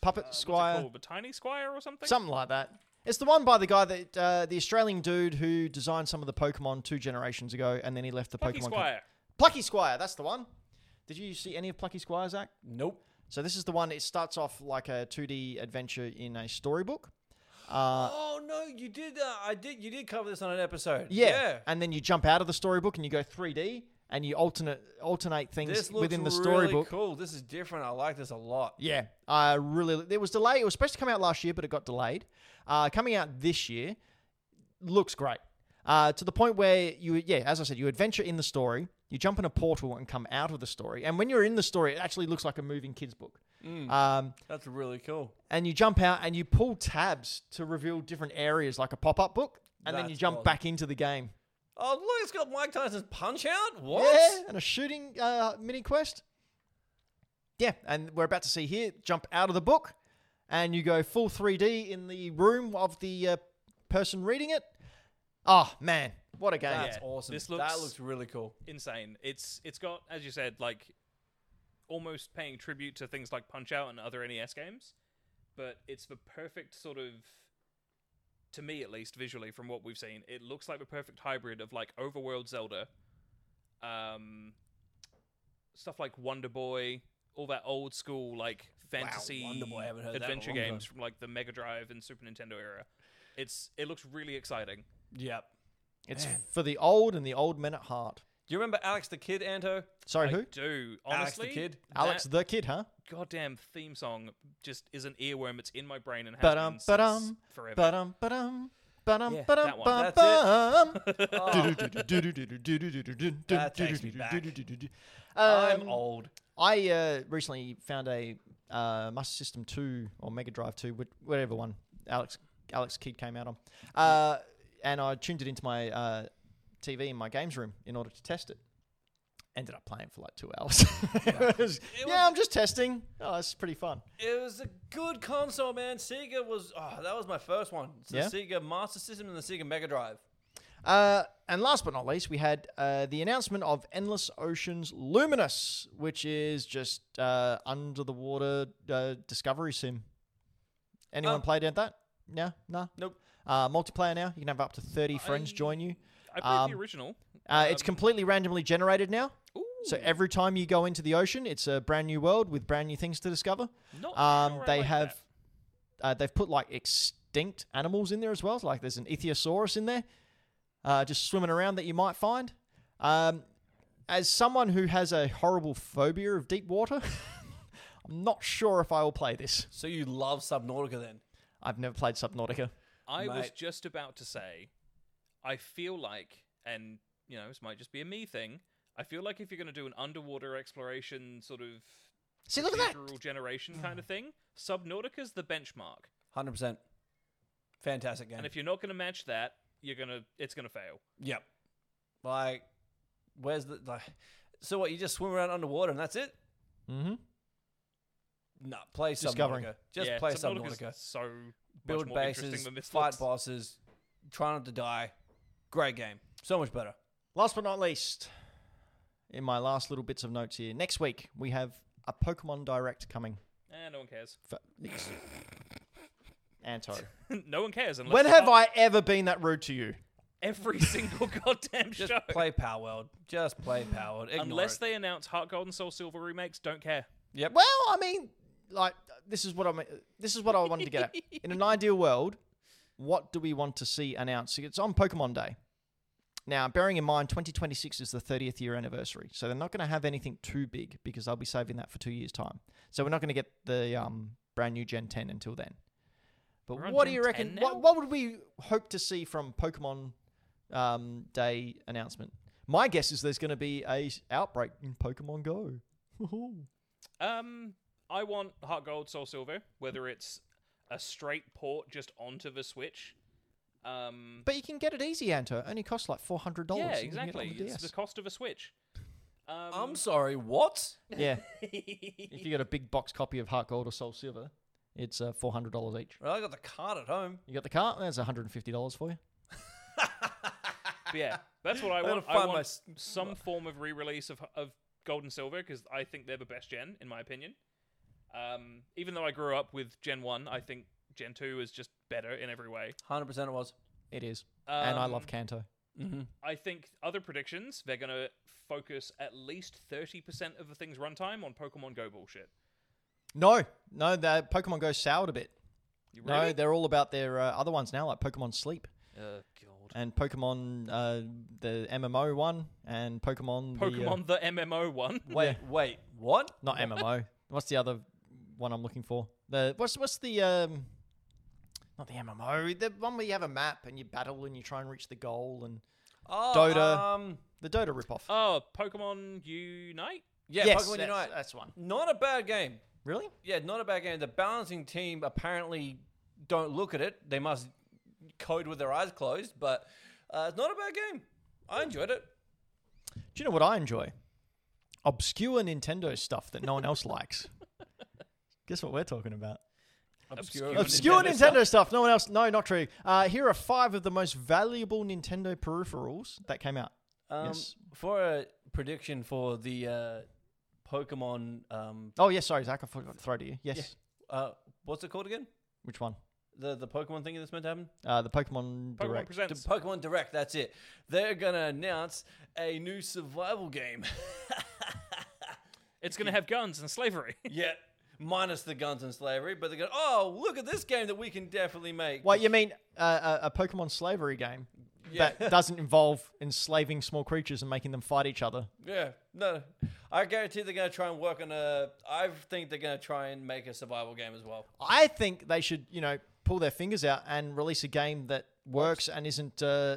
Puppet what's it Squire, called? The Tiny Squire or something? something like that. It's the one by the guy that uh, the Australian dude who designed some of the Pokemon two generations ago, and then he left the Plucky Pokemon. com- Squire. Plucky Squire, that's the one. Did you see any of Plucky Squire, Zach? Nope. So this is the one. It starts off like a 2D adventure in a storybook. Uh, oh no, you did. Uh, I did. You did cover this on an episode. yeah. and then you jump out of the storybook and you go 3D, and you alternate alternate things This looks within the really storybook. cool. This is different. I like this a lot. Yeah, I really. It was delayed. It was supposed to come out last year, but it got delayed. Uh, coming out this year looks great. Uh, to the point where you, yeah, as I said, you adventure in the story. You jump in a portal and come out of the story. And when you're in the story, it actually looks like a moving kids book. Mm. Um, That's really cool. and you jump out and you pull tabs to reveal different areas like a pop-up book and then That's you jump awesome. back into the game Oh look, it's got Mike Tyson's Punch Out. What? yeah and a shooting uh, mini quest yeah and we're about to see here jump out of the book and you go full 3d in the room of the uh, person reading it oh man what a game That's Yeah, awesome. this that looks- looks really cool. Insane. It's it's got, as you said, like almost paying tribute to things like Punch Out and other NES games, but it's the perfect sort of, to me at least, visually from what we've seen, it looks like the perfect hybrid of like overworld Zelda, um, stuff like Wonder Boy, all that old school like fantasy Wonder Boy, I haven't heard that in a adventure long time. games from like the Mega Drive and Super Nintendo era. It's it looks really exciting. Yep. it's for the old and the old men at heart Do you remember Alex the Kid, Um, Anto? sorry I who do Alex the honestly. Kid? alex that the kid huh goddamn theme song just is an earworm. It's in my brain and has Ba-dum, been ba-dum, since forever. ba-dum ba-dum ba-dum Yeah, ba-dum that one. That's it. ba-dum. (laughs) Oh, That takes me back. I'm Um, old. I uh, recently found a uh, Master System 2 or Mega Drive 2, wh- whatever one Alex Alex Kidd came out on. Uh, and I tuned it into my uh, TV in my games room in order to test it. Ended up playing for like two hours. (laughs) It was, yeah, I'm just testing. Oh, it's pretty fun. It was a good console, man. Sega was. Oh, that was my first one. It's the Yeah? Sega Master System and the Sega Mega Drive. Uh, and last but not least, we had uh, the announcement of Endless Oceans Luminous, which is just uh, under the water uh, discovery sim. Anyone Oh. Um, played at that? No, no. Nope. Uh, multiplayer now. You can have up to thirty friends I- join you. I played Um, the original. Uh, it's completely randomly generated now. Ooh, So every time you go into the ocean, it's a brand new world with brand new things to discover. not Um, Oh, sure I they like have that. uh, they've put like extinct animals in there as well. Like there's an ichthyosaurus in there, uh, just swimming around that you might find. Um, as someone who has a horrible phobia of deep water, (laughs) I'm not sure if I will play this. So you love Subnautica then? I've never played Subnautica. I was Mate. just about to say, I feel like, and you know, this might just be a me thing. I feel like if you're going to do an underwater exploration sort of See, look at that. procedural (sighs) generation kind of thing, Subnautica's the benchmark. Hundred percent. Fantastic game. And if you're not going to match that, you're gonna it's gonna fail. yep. Like, where's the like? So what? You just swim around underwater and that's it? Mm-hmm. No, play Discovering. Subnautica. Just yeah, play Subnautica's Subnautica. So much Build more interesting bases, than this fight looks. bosses, try not to die. Great game. So much better. Last but not least, in my last little bits of notes here, next week we have a Pokemon Direct coming. Eh, no one cares. (laughs) For- Anto, no one cares unless when you have are. I ever been that rude to you? every (laughs) single goddamn Just show. play Power World. Just play Power World. Ignore Unless it. they announce Heart Gold and Soul Silver remakes, don't care. Well, I mean, like this is what I mean, this is what I wanted to get at. In an ideal world, what do we want to see announced? It's on Pokemon Day. Now, bearing in mind 2026 is the 30th year anniversary, so they're not going to have anything too big because they'll be saving that for 2 years time. So we're not going to get the um, brand new Gen 10 until then. But We're on what do Gen you reckon 10 now? what, what would we hope to see from Pokemon um, Day announcement? My guess is there's going to be a s- outbreak in Pokemon Go. (laughs) Um, I want Heart Gold, Soul Silver, whether it's a straight port just onto the Switch. Um, But you can get it easy, Anto. It only costs like four hundred dollars. yeah, exactly. It's the cost of a Switch. Um, (laughs) I'm sorry, what? (laughs) yeah. if you got a big box copy of Heart Gold or Soul Silver, it's uh, four hundred dollars each. Well, I got the card at home. You got the cart? That's one hundred and fifty dollars for you. But (laughs) yeah, that's what I gotta want. I find want my s- some form of re-release of of Gold and Silver because I think they're the best gen in my opinion. Um, even though I grew up with Gen One, I think Gen Two is just better in every way. Hundred percent, it was. It is. and I love Um, Kanto. Mm-hmm. I think other predictions they're gonna focus at least thirty percent of the thing's runtime on Pokemon Go bullshit. No, no, the Pokemon Go soured a bit. You No, ready? they're all about their uh, other ones now, like Pokemon Sleep oh god. and Pokemon uh, the MMO one and Pokemon the, uh, Pokemon the MMO one. (laughs) Wait, wait, what? not MMO. What's the other one I'm looking for? The what's what's the um, not the MMO, the one where you have a map and you battle and you try and reach the goal and Oh, Dota. Um, the Dota ripoff. Oh, Pokemon Unite. yeah, yes, Pokemon that's, Unite. that's one. Not a bad game. Really? Yeah, not a bad game. The balancing team apparently don't look at it. They must code with their eyes closed, but uh, it's not a bad game. I enjoyed it. Do you know what I enjoy? Obscure Nintendo stuff that no one else likes. (laughs) Guess what we're talking about? Obscure. Obscure Obscure Nintendo Nintendo, stuff. No one else. No, not true. Uh, here are five of the most valuable Nintendo peripherals that came out. Um, Yes. For a prediction for the uh, Pokemon, um, Oh, yes. Sorry, Zach. I forgot to throw to you. Yes. uh, what's it called again? Which one? The the Pokemon thing that's meant to happen. Uh, the Pokemon Pokemon Direct. The Presents. Pokemon Direct. That's it. They're gonna announce a new survival game. (laughs) It's gonna have guns and slavery. (laughs) yeah. Minus the guns and slavery, but they're going, oh, look at this game that we can definitely make. Well, you mean uh, a, a Pokemon slavery game Yeah. that doesn't involve enslaving small creatures and making them fight each other? (laughs) Yeah, no, I guarantee they're gonna try and work on a. I think they're gonna try and make a survival game as well. I think they should, you know, pull their fingers out and release a game that works and isn't uh,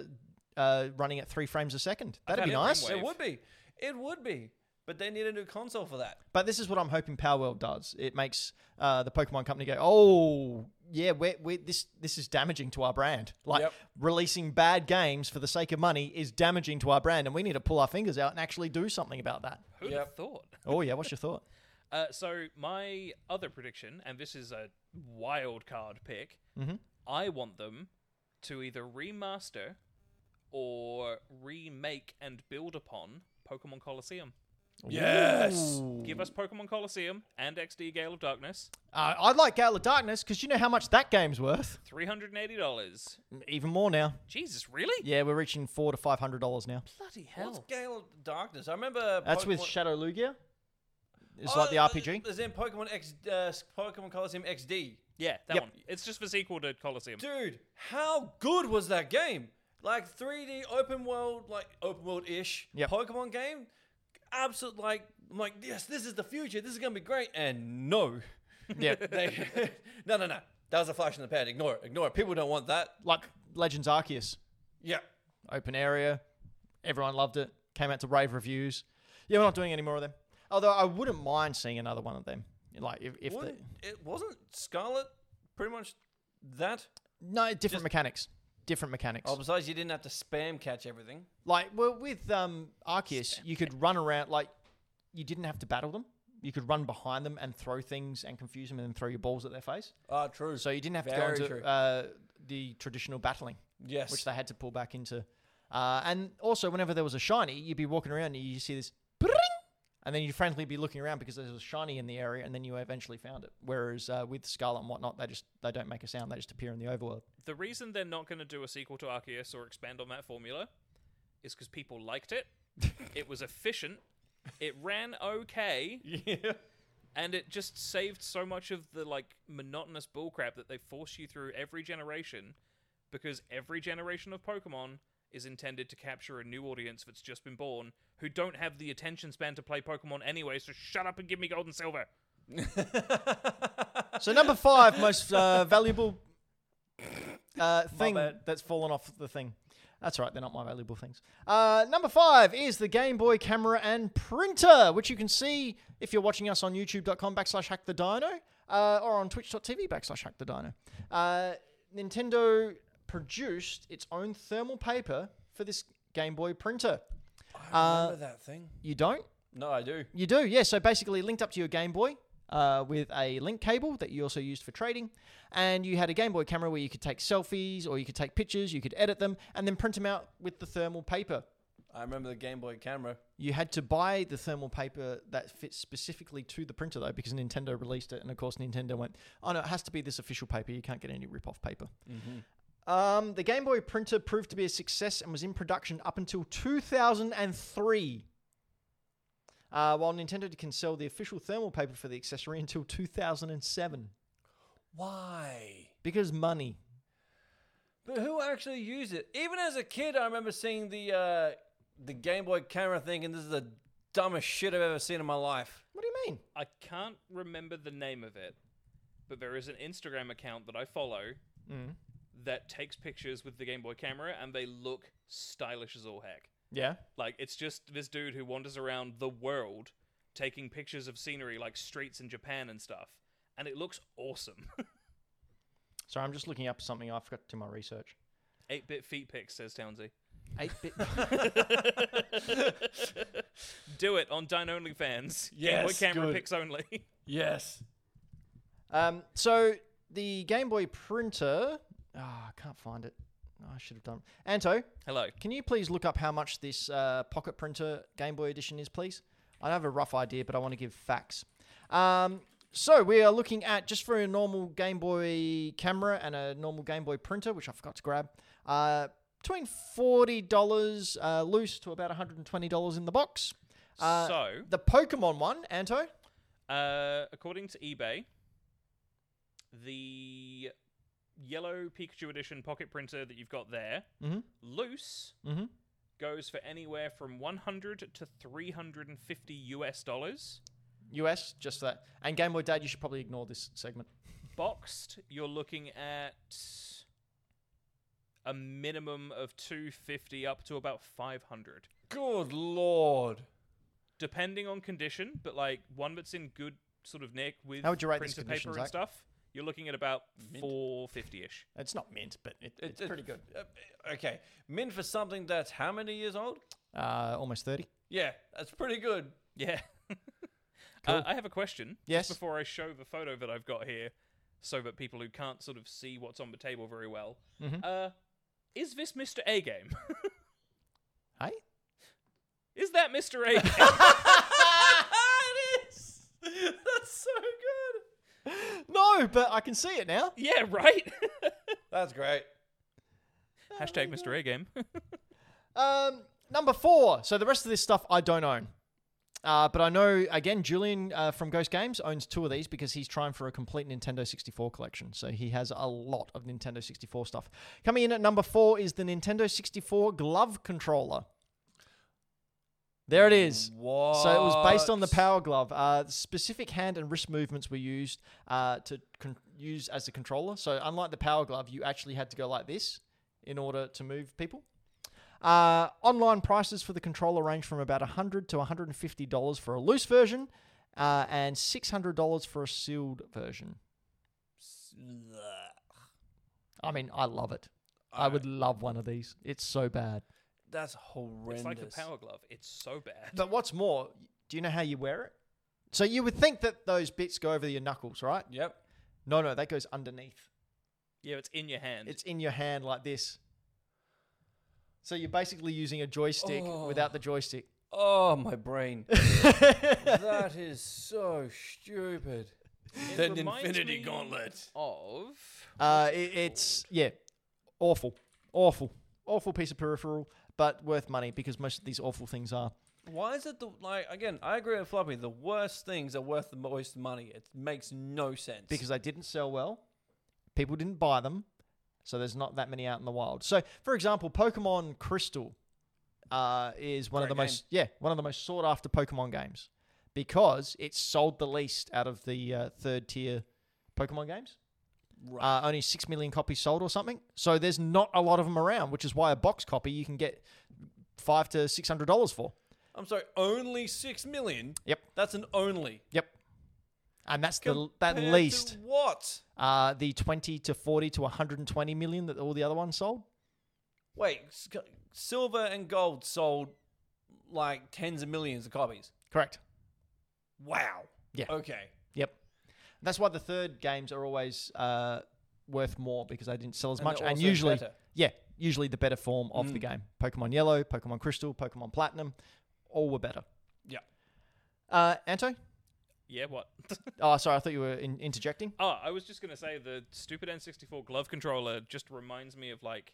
uh, running at three frames a second. That'd be had it nice. anyway. It would be, it would be, but they need a new console for that. But this is what I'm hoping Power World does. It makes uh, the Pokemon company go, "Oh, yeah, we're, we're, this this is damaging to our brand. Like Yep. releasing bad games for the sake of money is damaging to our brand, and we need to pull our fingers out and actually do something about that." Who'd have Yep. thought? Oh yeah, what's your thought? Uh, so my other prediction, and this is a wild card pick, Mm-hmm. I want them to either remaster or remake and build upon Pokemon Coliseum. Yes. Give us Pokemon Coliseum and XD Gale of Darkness, Uh, I'd like Gale of Darkness because you know how much that game's worth. three hundred and eighty dollars. Even more now. Jesus, really? Yeah, we're reaching four to five hundred dollars now. Bloody What's hell! Gale of Darkness? I remember That's with Pokemon- Shadow Lugia. It's Oh, like the (laughs) RPG. Is in Pokemon X, uh, Pokemon Coliseum XD? Yeah, that Yep. one. It's just the sequel to Coliseum. Dude, how good was that game? Like 3D open world, like open world ish Yep. Pokemon game. Absolute like, I'm like yes, this is the future. This is gonna be great. And no. (laughs) yeah, They, (laughs) no, no, no. That was a flash in the pan. Ignore it. Ignore it. People don't want that. like Legends Arceus. Yeah. open area. Everyone loved it. Came out to rave reviews. Yeah, we're not doing any more of them. Although I wouldn't mind seeing another one of them. Like if, if the, Wouldn't- it wasn't Scarlet pretty much that. no different mechanics, different mechanics. Oh, besides, you didn't have to spam catch everything. like well, with um, Arceus, you could run around. Like you didn't have to battle them. You could run behind them and throw things and confuse them and then throw your balls at their face. Ah, true. So you didn't have to Very go true. into uh, the traditional battling. yes. which they had to pull back into. Uh, and also, whenever there was a shiny, you'd be walking around and you see this, "Pring!" and then you'd frantically be looking around because there was a shiny in the area, and then you eventually found it. Whereas uh, with Scarlet and whatnot, they just they don't make a sound; they just appear in the overworld. The reason they're not going to do a sequel to Arceus or expand on that formula is because people liked it. it was efficient. It ran okay, (laughs) yeah. and it just saved so much of the like monotonous bullcrap that they force you through every generation, because every generation of Pokemon is intended to capture a new audience that's just been born who don't have the attention span to play Pokemon anyway. So shut up and give me gold and silver. So number five, most uh, valuable uh, thing bad. that's fallen off the thing. That's all right; they're not my valuable things. Uh, number five is the Game Boy camera and printer, which you can see if you're watching us on YouTube.com backslash Hack the Dino uh, or on Twitch.tv backslash Hack the Dino. Uh, Nintendo produced its own thermal paper for this Game Boy printer. Uh, I remember that thing. You don't? No, I do. You do, yeah. So basically, linked up to your Game Boy, uh, with a link cable that you also used for trading. And you had a Game Boy camera where you could take selfies or you could take pictures, you could edit them, and then print them out with the thermal paper. I remember the Game Boy camera. You had to buy the thermal paper that fits specifically to the printer, though, because Nintendo released it. And of course, Nintendo went, oh no, it has to be this official paper. You can't get any rip off paper. Mm-hmm. Um, the Game Boy printer proved to be a success and was in production up until 2003. Uh, while Nintendo can sell the official thermal paper for the accessory until 2007 Why? because money. But who actually used it? Even as a kid, I remember seeing the uh, the Game Boy camera thing, and this is the dumbest shit I've ever seen in my life. What do you mean? I can't remember the name of it, but there is an Instagram account that I follow Mm. that takes pictures with the Game Boy camera, and they look stylish as all heck. Yeah. Like it's just this dude who wanders around the world taking pictures of scenery like streets in Japan and stuff. And it looks awesome. (laughs) Sorry, I'm just looking up something I forgot to do my research. 8 bit feet pics, says Townsley. 8 bit. (laughs) Do it on Dine Only fans. Game Yes, Boy camera good. pics only. (laughs) Yes. um, so the Game Boy printer. Ah, I can't find it. I should have done. Anto, Hello. can you please look up how much this uh, pocket printer Game Boy edition is, please? I have a rough idea, but I want to give facts. Um, so we are looking at just for a normal Game Boy camera and a normal Game Boy printer, which I forgot to grab. Uh, between forty dollars uh, loose to about one hundred and twenty dollars in the box. Uh, so, The Pokemon one, Anto. uh, according to eBay, the yellow Pikachu edition pocket printer that you've got there, Mhm. loose, Mm-hmm. goes for anywhere from 100 to 350 US dollars. US, just that. And Game Boy Dad, you should probably ignore this segment. boxed, you're looking at a minimum of 250 up to about 500, Good lord. depending on condition. But like one that's in good sort of nick with How would you rate this printer condition, paper Zach? and stuff, you're looking at about 450 ish. It's not mint, but it, It- it's it- pretty good. uh, okay, mint for something that's how many years old? Uh, almost 30. Yeah, that's pretty good. Yeah. uh, Cool. I have a question. Yes. Just before I show the photo that I've got here, so that people who can't sort of see what's on the table very well, uh, is this Mr. A game? (laughs) Hey? Is that Mr. A? (laughs) it is. That's so good. No, but I can see it now. Yeah, right. That's great. Hashtag Mr. A game. (laughs) Um, number four. So the rest of this stuff I don't own. Uh, but I know, again, Julian uh, from Ghost Games owns two of these because he's trying for a complete Nintendo 64 collection. So he has a lot of Nintendo 64 stuff. Coming in at number four is the Nintendo 64 glove controller. There it is. What? So it was based on the Power Glove. Uh, specific hand and wrist movements were used uh, to con- use as a controller. So unlike the Power Glove, you actually had to go like this in order to move people. Uh, online prices for the controller range from about 100 to 150 dollars for a loose version, uh, and 600 dollars for a sealed version. I mean, I love it. I would love one of these. It's so bad. That's it's horrendous. like the power glove. It's so bad. But what's more, do you know how you wear it? So you would think that those bits go over your knuckles, right? Yep. No, no, that goes underneath. Yeah, it's in your hand. It's in your hand like this. So you're basically using a joystick without the joystick. (laughs) Oh, my brain. that is so stupid. It Then reminds Infinity me Gauntlet. of. Uh, it, it's yeah, awful, awful, awful piece of peripheral, but worth money because most of these awful things are. Why is it the like again? I agree with Floppy. The worst things are worth the most money. It makes no sense. because they didn't sell well. People didn't buy them, so there's not that many out in the wild. So, for example, Pokemon Crystal uh, is one of the Great game. most yeah one of the most sought after Pokemon games because it sold the least out of the uh, third tier Pokemon games. Right. Uh, only six million copies sold or something. So there's not a lot of them around, which is why a box copy you can get five to six hundred dollars for. I'm sorry, only six million. Yep. That's an only. Yep. And that's the that Compared to least. what? uh, the 20 to 40 to 120 million that all the other ones sold. Wait, s- c- silver and gold sold like tens of millions of copies. Correct. Wow. Yeah. Okay. Yep. That's why the third games are always uh, worth more because they didn't sell as And much. they're And also usually, better. Mm. yeah, usually the better form of the game. Pokemon Yellow, Pokemon Crystal, Pokemon Platinum, all were better. Yeah. Uh, Anto? (laughs) Yeah, what? Oh, sorry, I thought you were in- interjecting. oh, I was just gonna say the stupid N64 glove controller just reminds me of like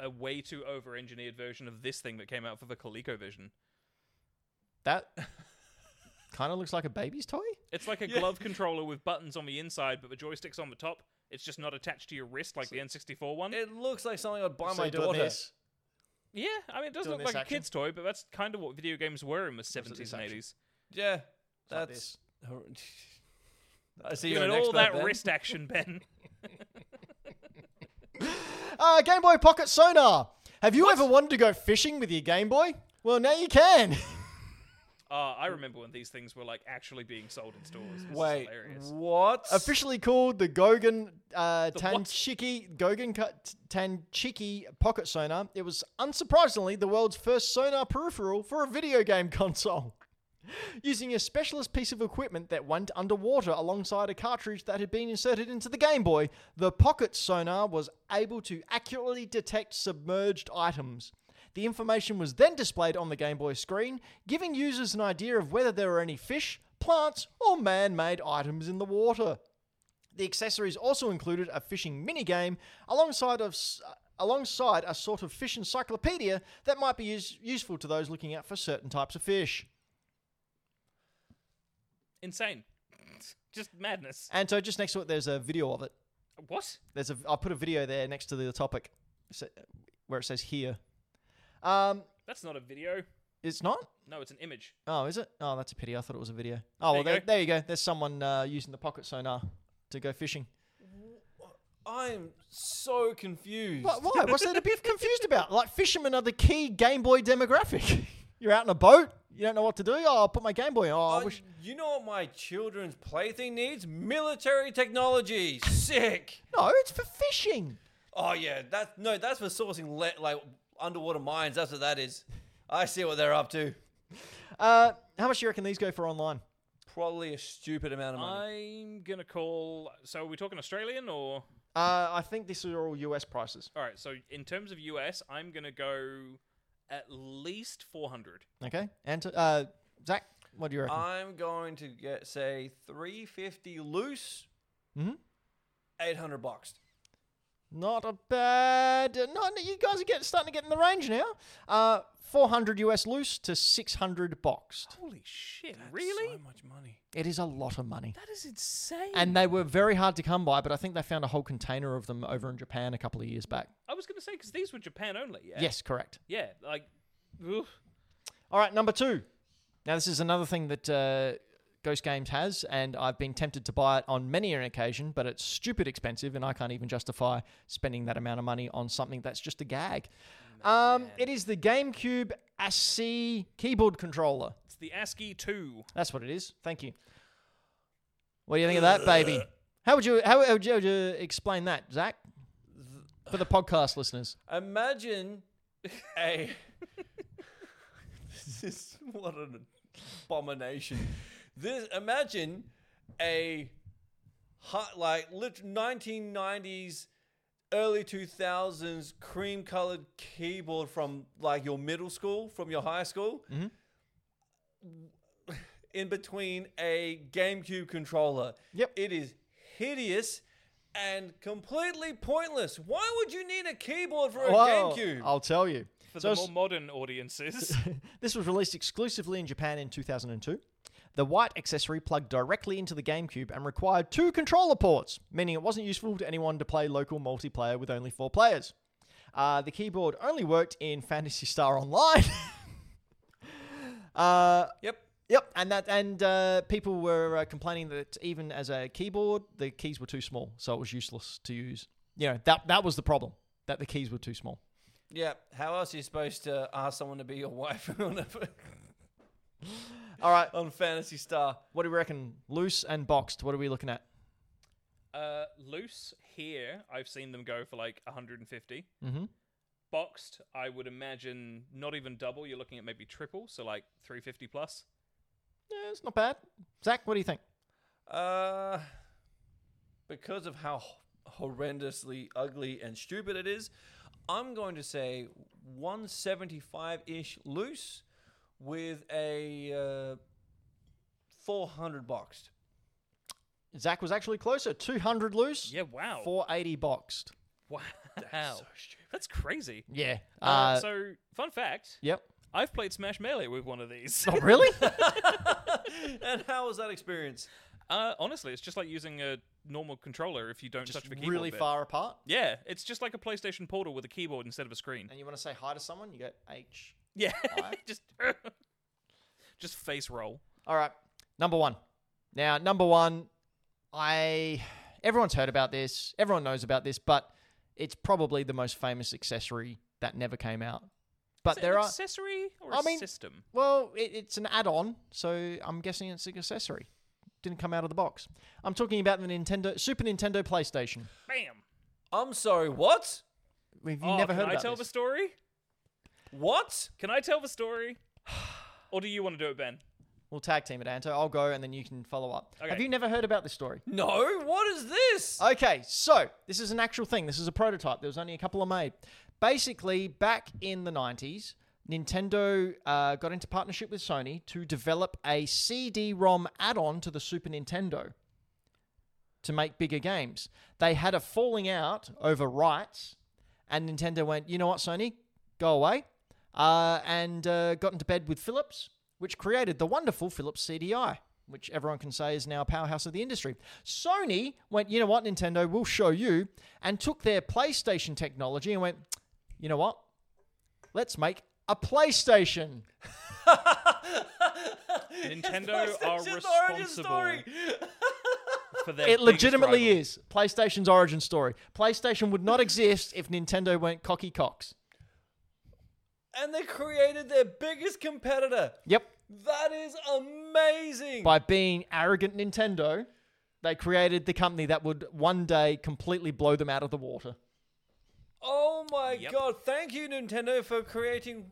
a way too over-engineered version of this thing that came out for the ColecoVision. That (laughs) kind of looks like a baby's toy. It's like a glove controller with buttons on the inside, but the joystick's on the top. It's just not attached to your wrist like the N64 one. It looks like something I'd buy So my you're doing daughter. this. yeah, I mean, it does Doing look this like a action? kid's toy, but that's kind of what video games were in the Does it 70s this and action? 80s. Yeah, It's like that's. this. hor- (laughs) I see You you're an know, all expert, that Ben. wrist action, Ben. Uh, Game Boy Pocket Sonar. Have you ever wanted to go fishing with your Game Boy? Well, now you (laughs) can. Uh, I remember when these things were like actually being sold in stores. This is Wait, hilarious. what? Officially called the Gogan uh, what? Tanchiki Gogan Ka- Tanchiki Pocket Sonar, it was unsurprisingly the world's first sonar peripheral for a video game (laughs) console. Using a specialist piece of equipment that went underwater alongside a cartridge that had been inserted into the Game Boy, the Pocket Sonar was able to accurately detect submerged items. The information was then displayed on the Game Boy screen, giving users an idea of whether there were any fish, plants, or man made items in the water. The accessories also included a fishing minigame alongside of s- alongside a sort of fish encyclopedia that might be use, useful to those looking out for certain types of fish. Insane. (laughs) Just madness. And so just next to it there's a video of it. What? There's a I'll put a video there next to the topic so- where it says here. Um That's not a video. it's not? No, it's an image. Oh, is it? Oh, that's a pity. I thought it was a video. Oh, well, There there, you go. there you go. There's someone uh, using the pocket sonar to go fishing. I'm so (laughs) confused. What, why? What's there to be confused about? Like, fishermen are the key Game Boy demographic. (laughs) You're out in a boat. You don't know what to do. Oh, I'll put my Game Boy on. Oh, I Uh, wish. You know what my children's plaything needs? Military technology. Sick. No, it's for fishing. Oh yeah, that's no, that's for sourcing le- like underwater mines. That's what that is. I see what they're up to. Uh, how much do you reckon these go for online? Probably a stupid amount of money. I'm gonna call. So are we talking Australian or? Uh, I think these are all US prices. All right. So in terms of US, I'm gonna go at least 400. Okay. And uh, Zach, what do you reckon? I'm going to get say 350 loose, Mhm. 800 bucks. Not a bad. Not you guys are getting starting to get in the range now. Uh, 400 US loose to 600 boxed. Holy shit! really? So much money. It is a lot of money. that is insane. And they were very hard to come by, but I think they found a whole container of them over in Japan a couple of years back. I was gonna say because these were Japan only. Yeah. Yes, correct. Yeah. Like. oof. All right, number two. Now, this is another thing that uh, Ghost Games has, and I've been tempted to buy it on many an occasion, but it's stupid expensive, and I can't even justify spending that amount of money on something that's just a gag. Um, it is the GameCube ASCII keyboard controller. It's the ASCII two. That's what it is. Thank you. What do you think of that, baby? How would you how, how would you, how would you explain that, Zach? For the podcast listeners, Imagine a. (laughs) this is what an abomination. This imagine a hot like lit- 1990s, early 2000s cream colored keyboard from like your middle school, from your high school. (laughs) In between a GameCube controller. Yep. It is hideous and completely pointless. Why would you need a keyboard for a Well, GameCube? I'll tell you. For So the it's- more modern audiences. this was released exclusively in Japan in 2002. The white accessory plugged directly into the GameCube and required two controller ports, meaning it wasn't useful to anyone to play local multiplayer with only four players. Uh, the keyboard only worked in (laughs) Fantasy Star Online. (laughs) uh, Yep. yep, and that and uh, people were uh, complaining that even as a keyboard, the keys were too small, so it was useless to use. You know that that was the problem that the keys were too small. Yep. How else are you supposed to ask someone to be your (laughs) wife on, a, All right, on Fantasy Star? what do we reckon? Loose and boxed. What are we looking at? Uh, loose here, I've seen them go for like 150. Mhm. Boxed, I would imagine not even double. You're looking at maybe triple, so like 350 plus. Yeah, it's not bad. Zach, what do you think? Uh, because of how h- horrendously ugly and stupid it is, I'm going to say 175 ish loose with a uh, 400 boxed. (laughs) Zach was actually closer. 200 loose. Yeah, wow. 480 boxed. wow. That's so stupid. That's crazy. Yeah. Uh, Uh, so, fun fact yep. I've played Smash Melee with one of these. (laughs) Oh, really? and how was that experience? (laughs) uh, honestly, it's just like using a normal controller if you don't touch Just the keyboard. really bit. far apart. Yeah, it's just like a PlayStation Portal with a keyboard instead of a screen. And you want to say hi to someone, you go H. Yeah, (laughs) Why? just just face roll. All right. Number one. Now, number one, I everyone's heard about this. Everyone knows about this, but it's probably the most famous accessory that never came out. But Is it Uh, there an are accessory or I a mean- system. well, it, it's an add-on, so I'm guessing it's an accessory. Didn't come out of the box. I'm talking about the Nintendo Super Nintendo PlayStation. Bam. I'm sorry, what? Have you oh, never can heard I about tell the this? story? What? Can I tell the story? (sighs) Or do you want to do it, Ben? (laughs) We'll tag team it, Anto. I'll go and then you can follow up. Have Okay. you never heard about this story? No, what is this? Okay, so this is an actual thing. This is a prototype. There was only a couple of made. Basically, back in the 90s, Nintendo uh, got into partnership with Sony to develop a CD ROM add on to the Super Nintendo to make bigger games. They had a falling out over rights, and Nintendo went, you know what, Sony, go away, uh, and uh, got into bed with Philips, which created the wonderful Philips CDI, which everyone can say is now a powerhouse of the industry. Sony went, you know what, Nintendo, we'll show you, and took their PlayStation technology and went, you know what, let's make a PlayStation. Nintendo are (laughs) It's just the origin responsible story. for their. It biggest legitimately rival. is PlayStation's origin story. PlayStation would not exist if Nintendo went cocky cocks. And they created their biggest competitor. Yep. That is amazing. By being arrogant Nintendo, they created the company that would one day completely blow them out of the water. oh my Yep. god! Thank you, Nintendo, for creating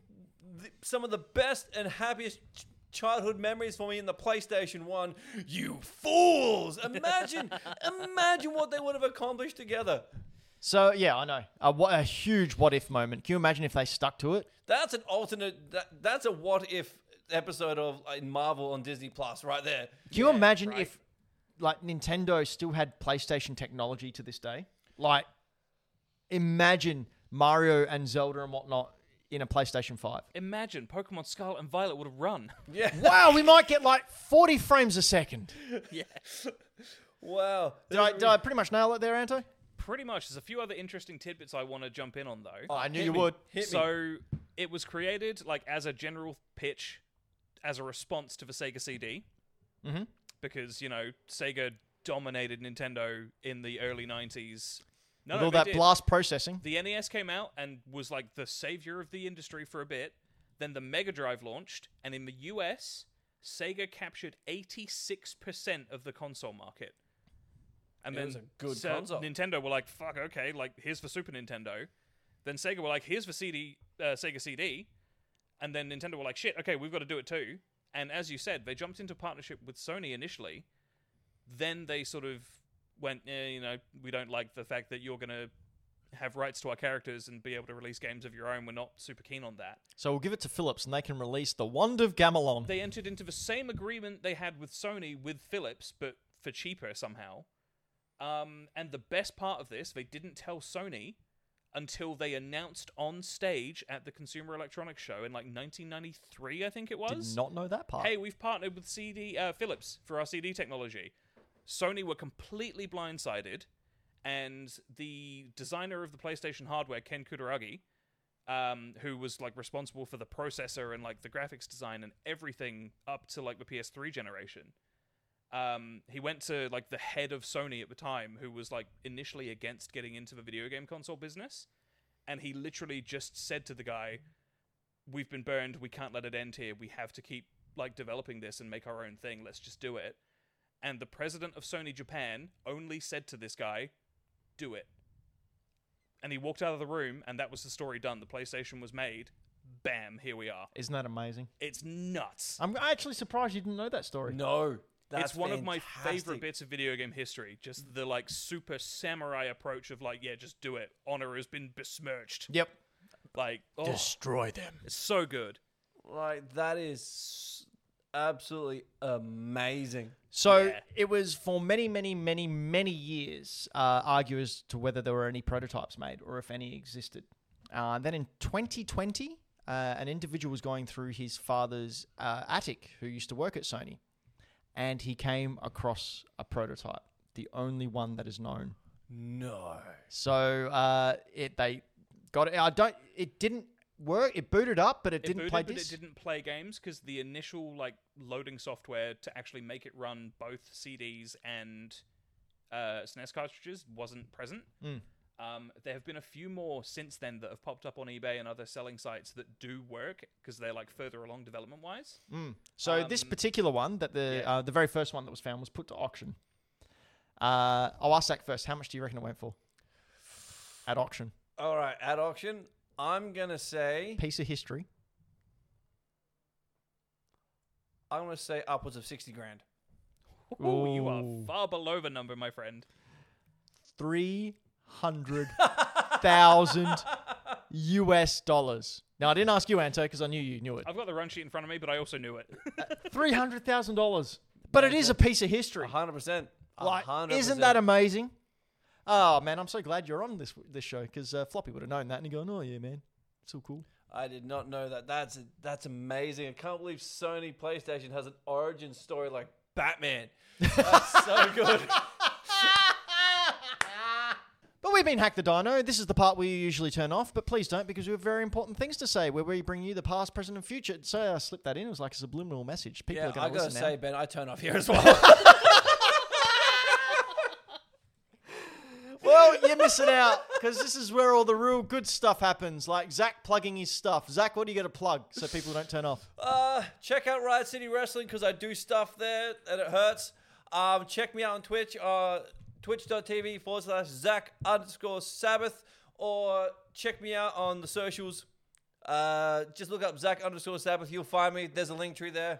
th- some of the best and happiest ch- childhood memories for me in the PlayStation One. You fools! (laughs) Imagine, imagine what they would have accomplished together. So, yeah, I know. A, wha- a huge what if moment. Can you imagine if they stuck to it? That's an alternate. That, that's a what if episode of like, Marvel on Disney Plus right there. Can you imagine if like Nintendo still had PlayStation technology to this day? Like imagine Mario and Zelda and whatnot in a PlayStation (laughs) 5. Imagine Pokemon Scarlet and Violet would have run. (laughs) Yeah. Wow, we might get like 40 frames a second. yeah. Wow. Did I, did I pretty much nail it there, Anto? Pretty much. There's a few other interesting tidbits I want to jump in on though. Oh, I knew Hit you me. would. Hit me. so it was created like as a general pitch, as a response to the Sega CD, mm-hmm. because you know Sega dominated Nintendo in the early '90s. No, With no, all they that did. blast processing. The NES came out and was like the savior of the industry for a bit. Then the Mega Drive launched, and in the US, Sega captured 86% of the console market. And It then was a good so console. Nintendo were like, "Fuck, okay, like here's for Super Nintendo." Then Sega were like, "Here's for CD, uh, Sega CD," and then Nintendo were like, "Shit, okay, we've got to do it too." And as you said, they jumped into partnership with Sony initially. Then they sort of went, eh, you know, we don't like the fact that you're going to have rights to our characters and be able to release games of your own. We're not super keen on that. So we'll give it to Philips and they can release the Wand of Gamelon. They entered into the same agreement they had with Sony with Philips, but for cheaper somehow. Um, and the best part of this, they didn't tell Sony until they announced on stage at the Consumer Electronics Show in like 1993, I think it was. Did not know that part. Hey, we've partnered with CD uh, Philips for our CD technology. Sony were completely blindsided, and the designer of the PlayStation hardware, Ken Kutaragi, um, who was like responsible for the processor and like the graphics design and everything up to like the PS3 generation. Um, he went to like the head of Sony at the time, who was like initially against getting into the video game console business, and he literally just said to the guy, "We've been burned. We can't let it end here. We have to keep like developing this and make our own thing. Let's just do it." And the president of Sony Japan only said to this guy, "Do it." And he walked out of the room, and that was the story done. The PlayStation was made. Bam! Here we are. Isn't that amazing? It's nuts. I'm actually surprised you didn't know that story. No. Oh, That's it's one of my fantastic. favorite bits of video game history. Just the like super samurai approach of like, yeah, just do it. Honor has been besmirched. Yep. Like, oh, Destroy them. it's so good. Like that is absolutely amazing. So Yeah. it was for many, many, many, many years, uh, argue as to whether there were any prototypes made or if any existed. Uh, then in 2020, uh, an individual was going through his father's uh, attic who used to work at Sony, and he came across a prototype, the only one that is known. No. So uh, it they got it. I don't. It didn't work. It booted up, but it, It didn't booted, play but it disc. didn't play games because the initial like loading software to actually make it run both CDs and uh, SNES cartridges wasn't present. Hmm. Um, there have been a few more since then that have popped up on eBay and other selling sites that do work because they're like further along development wise. Mm. So this Um, particular one that the yeah. uh, the very first one that was found was put to auction. Uh, I'll ask Zach first. How much do you reckon it went for at auction? All right, at auction, I'm gonna say Piece of history. I'm gonna say upwards of sixty grand. Ooh, you are Ooh. far below the number, my friend. Three hundred thousand US dollars. Now I didn't ask you, Anto, because I knew you knew it. I've got the run sheet in front of me, but I also knew it. Three hundred thousand (laughs) dollars. But it is a piece of history. hundred percent. Like, isn't that amazing? Oh man, I'm so glad you're on this this show because uh, Floppy would have known that and he going, oh yeah, man, so cool. I did not know that. That's that's amazing. I can't believe Sony PlayStation has an origin story like Batman. (laughs) That's so good. But we've been Hack the Dino. This is the part we usually turn off, but please don't because we have very important things to say where we bring you the past, present, and future. So I slipped that in. It was like a subliminal message. People are Yeah, I going to gotta listen say, now. Ben, I turn off here as well. Well, you're missing out because this is where all the real good stuff happens, like Zach plugging his stuff. Zach, what are you going to plug so people don't turn off? uh, check out Riot City Wrestling because I do stuff there and it hurts. Um, check me out on Twitch, uh, twitch.tv forward slash Zach underscore Sabbath, or check me out on the socials. Uh, just look up Zach underscore Sabbath. You'll find me. There's a link tree there.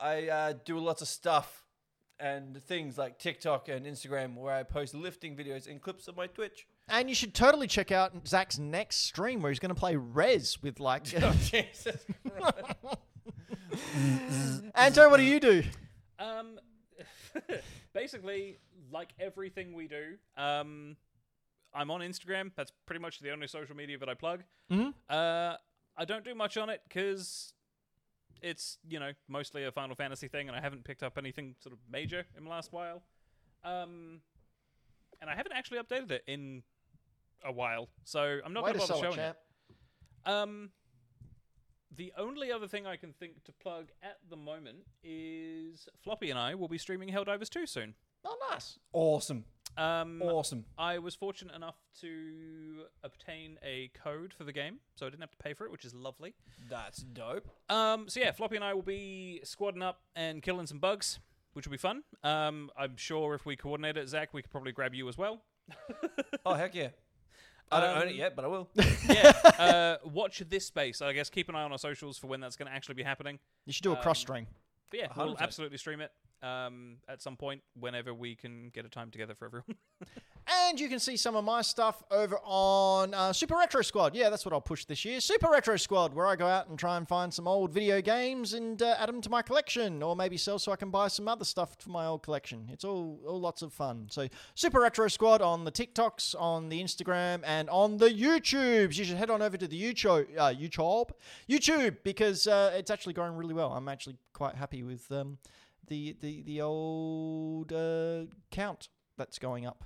I uh, do lots of stuff and things like TikTok and Instagram where I post lifting videos and clips of my Twitch. (laughs) And you should totally check out Zach's next stream where he's going to play Res with (laughs) like. Jesus Christ. Anto, what do you do? Um, (laughs) basically, like everything we do, um, I'm on Instagram. That's pretty much the only social media that I plug. Mhm. Uh, I don't do much on it because it's you know mostly a Final Fantasy thing, and I haven't picked up anything sort of major in the last while. Um, and I haven't actually updated it in a while, so I'm not Way going to bother sell it, showing champ. it. Um, the only other thing I can think to plug at the moment is Floppy and I will be streaming Helldivers 2 soon. Oh, nice. awesome. Um, Awesome. I was fortunate enough to obtain a code for the game, so I didn't have to pay for it, which is lovely. That's dope. Um, so yeah, Floppy and I will be squadding up and killing some bugs, which will be fun. Um, I'm sure if we coordinate it, Zach, we could probably grab you as well. Oh heck yeah! I don't own Um, it yet, but I will. Yeah. uh, watch this space. I guess keep an eye on our socials for when that's going to actually be happening. You should do a Um, cross string. But yeah, hundred we'll percent. absolutely stream it um, at some point whenever we can get a time together for everyone. And you can see some of my stuff over on uh, Super Retro Squad. Yeah, that's what I'll push this year. Super Retro Squad, where I go out and try and find some old video games and uh, add them to my collection, or maybe sell so I can buy some other stuff for my old collection. It's all, all lots of fun. So, Super Retro Squad on the TikToks, on the Instagram, and on the YouTubes. You should head on over to the YouTube, uh, YouTube, YouTube because uh, it's actually going really well. I'm actually quite happy with um, the, the, the old uh, count that's going up.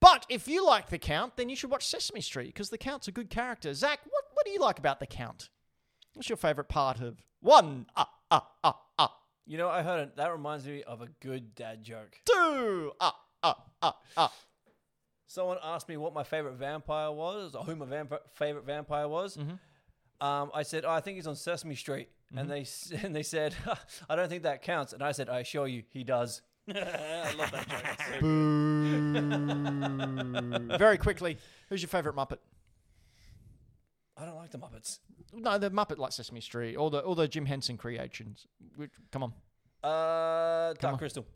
But if you like the Count, then you should watch Sesame Street because the Count's a good character. Zach, what, what do you like about the Count? What's your favourite part of one, ah, ah, ah, ah, You know, I heard it. That reminds me of a good dad joke. two, ah, ah, ah, ah? Someone asked me what my favorite vampire was, or who my vamp- favorite vampire was. Mm-hmm. Um, I said, oh, I think he's on Sesame Street, and they s- (laughs) and they said, I don't think that counts. And I said, I assure you, he does. I love (laughs) that joke. So- Very quickly, who's your favourite Muppet? I don't like the Muppets. No, the Muppet like Sesame Street, all the all the Jim Henson creations. Which- Come on, Uh, Dark on. Crystal.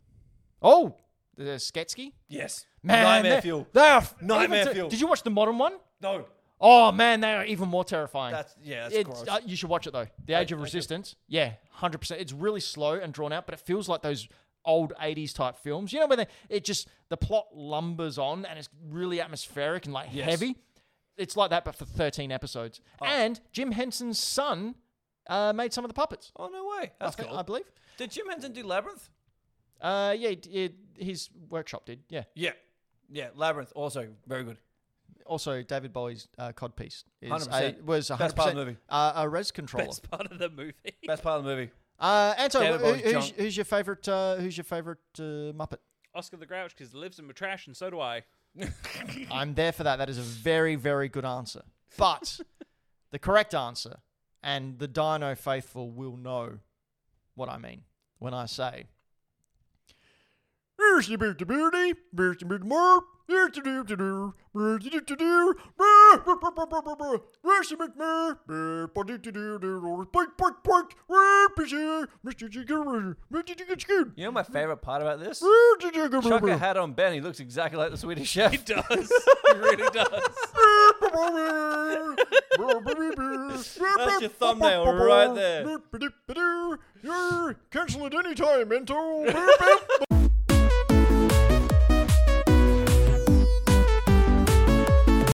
Oh, the Sketsky. Yes. Man, Nightmare they're- fuel. They are f- even Nightmare to- fuel. Did you watch the modern one? No. Oh man, they are even more terrifying. That's yeah. That's It's- gross. uh, you should watch it though. The Age of Resistance. Yeah, hundred percent. It's really slow and drawn out, but it feels like those old '80s type films. You know when they, it just the plot lumbers on and it's really atmospheric and like heavy. It's like that, but for 13 episodes. And Jim Henson's son uh, made some of the puppets. oh no way. That's I, think- cool. I believe. Did Jim Henson do Labyrinth? Uh, yeah, it, it, his workshop did. Yeah. Yeah. Yeah, Labyrinth also very good. Also, David Bowie's uh, codpiece is a, 100%. was 100% Best part of the movie. Uh, a res controller. Best part of the movie. Best part of the movie. Uh, Anto, David who- Bowie's who's, junk. who's your favorite? Uh, who's your favorite uh, Muppet? Oscar the Grouch because lives in my trash and so do I. I'm there for that. That is a very, very good answer. But the correct answer, and the Dino faithful will know what I mean when I say, Here's the bit of beauty, here's the bit of more, here's the do to do, here's the do to do, brr, brr, brr, brr, brr, brr, brr, here's the bit more, brr, brr, do to do, do, do, bark, bark, bark, brr, piss here, Mr. Chicken, Mr. Chicken, Chicken, (laughs) You know my favorite part about this? brr, Mr. Chicken, brr, Chuck a brr." hat on Ben. He looks exactly like the Swedish chef. He does. (laughs) he really does. That's your thumbnail right there. (laughs) Cancel at any time, Mento.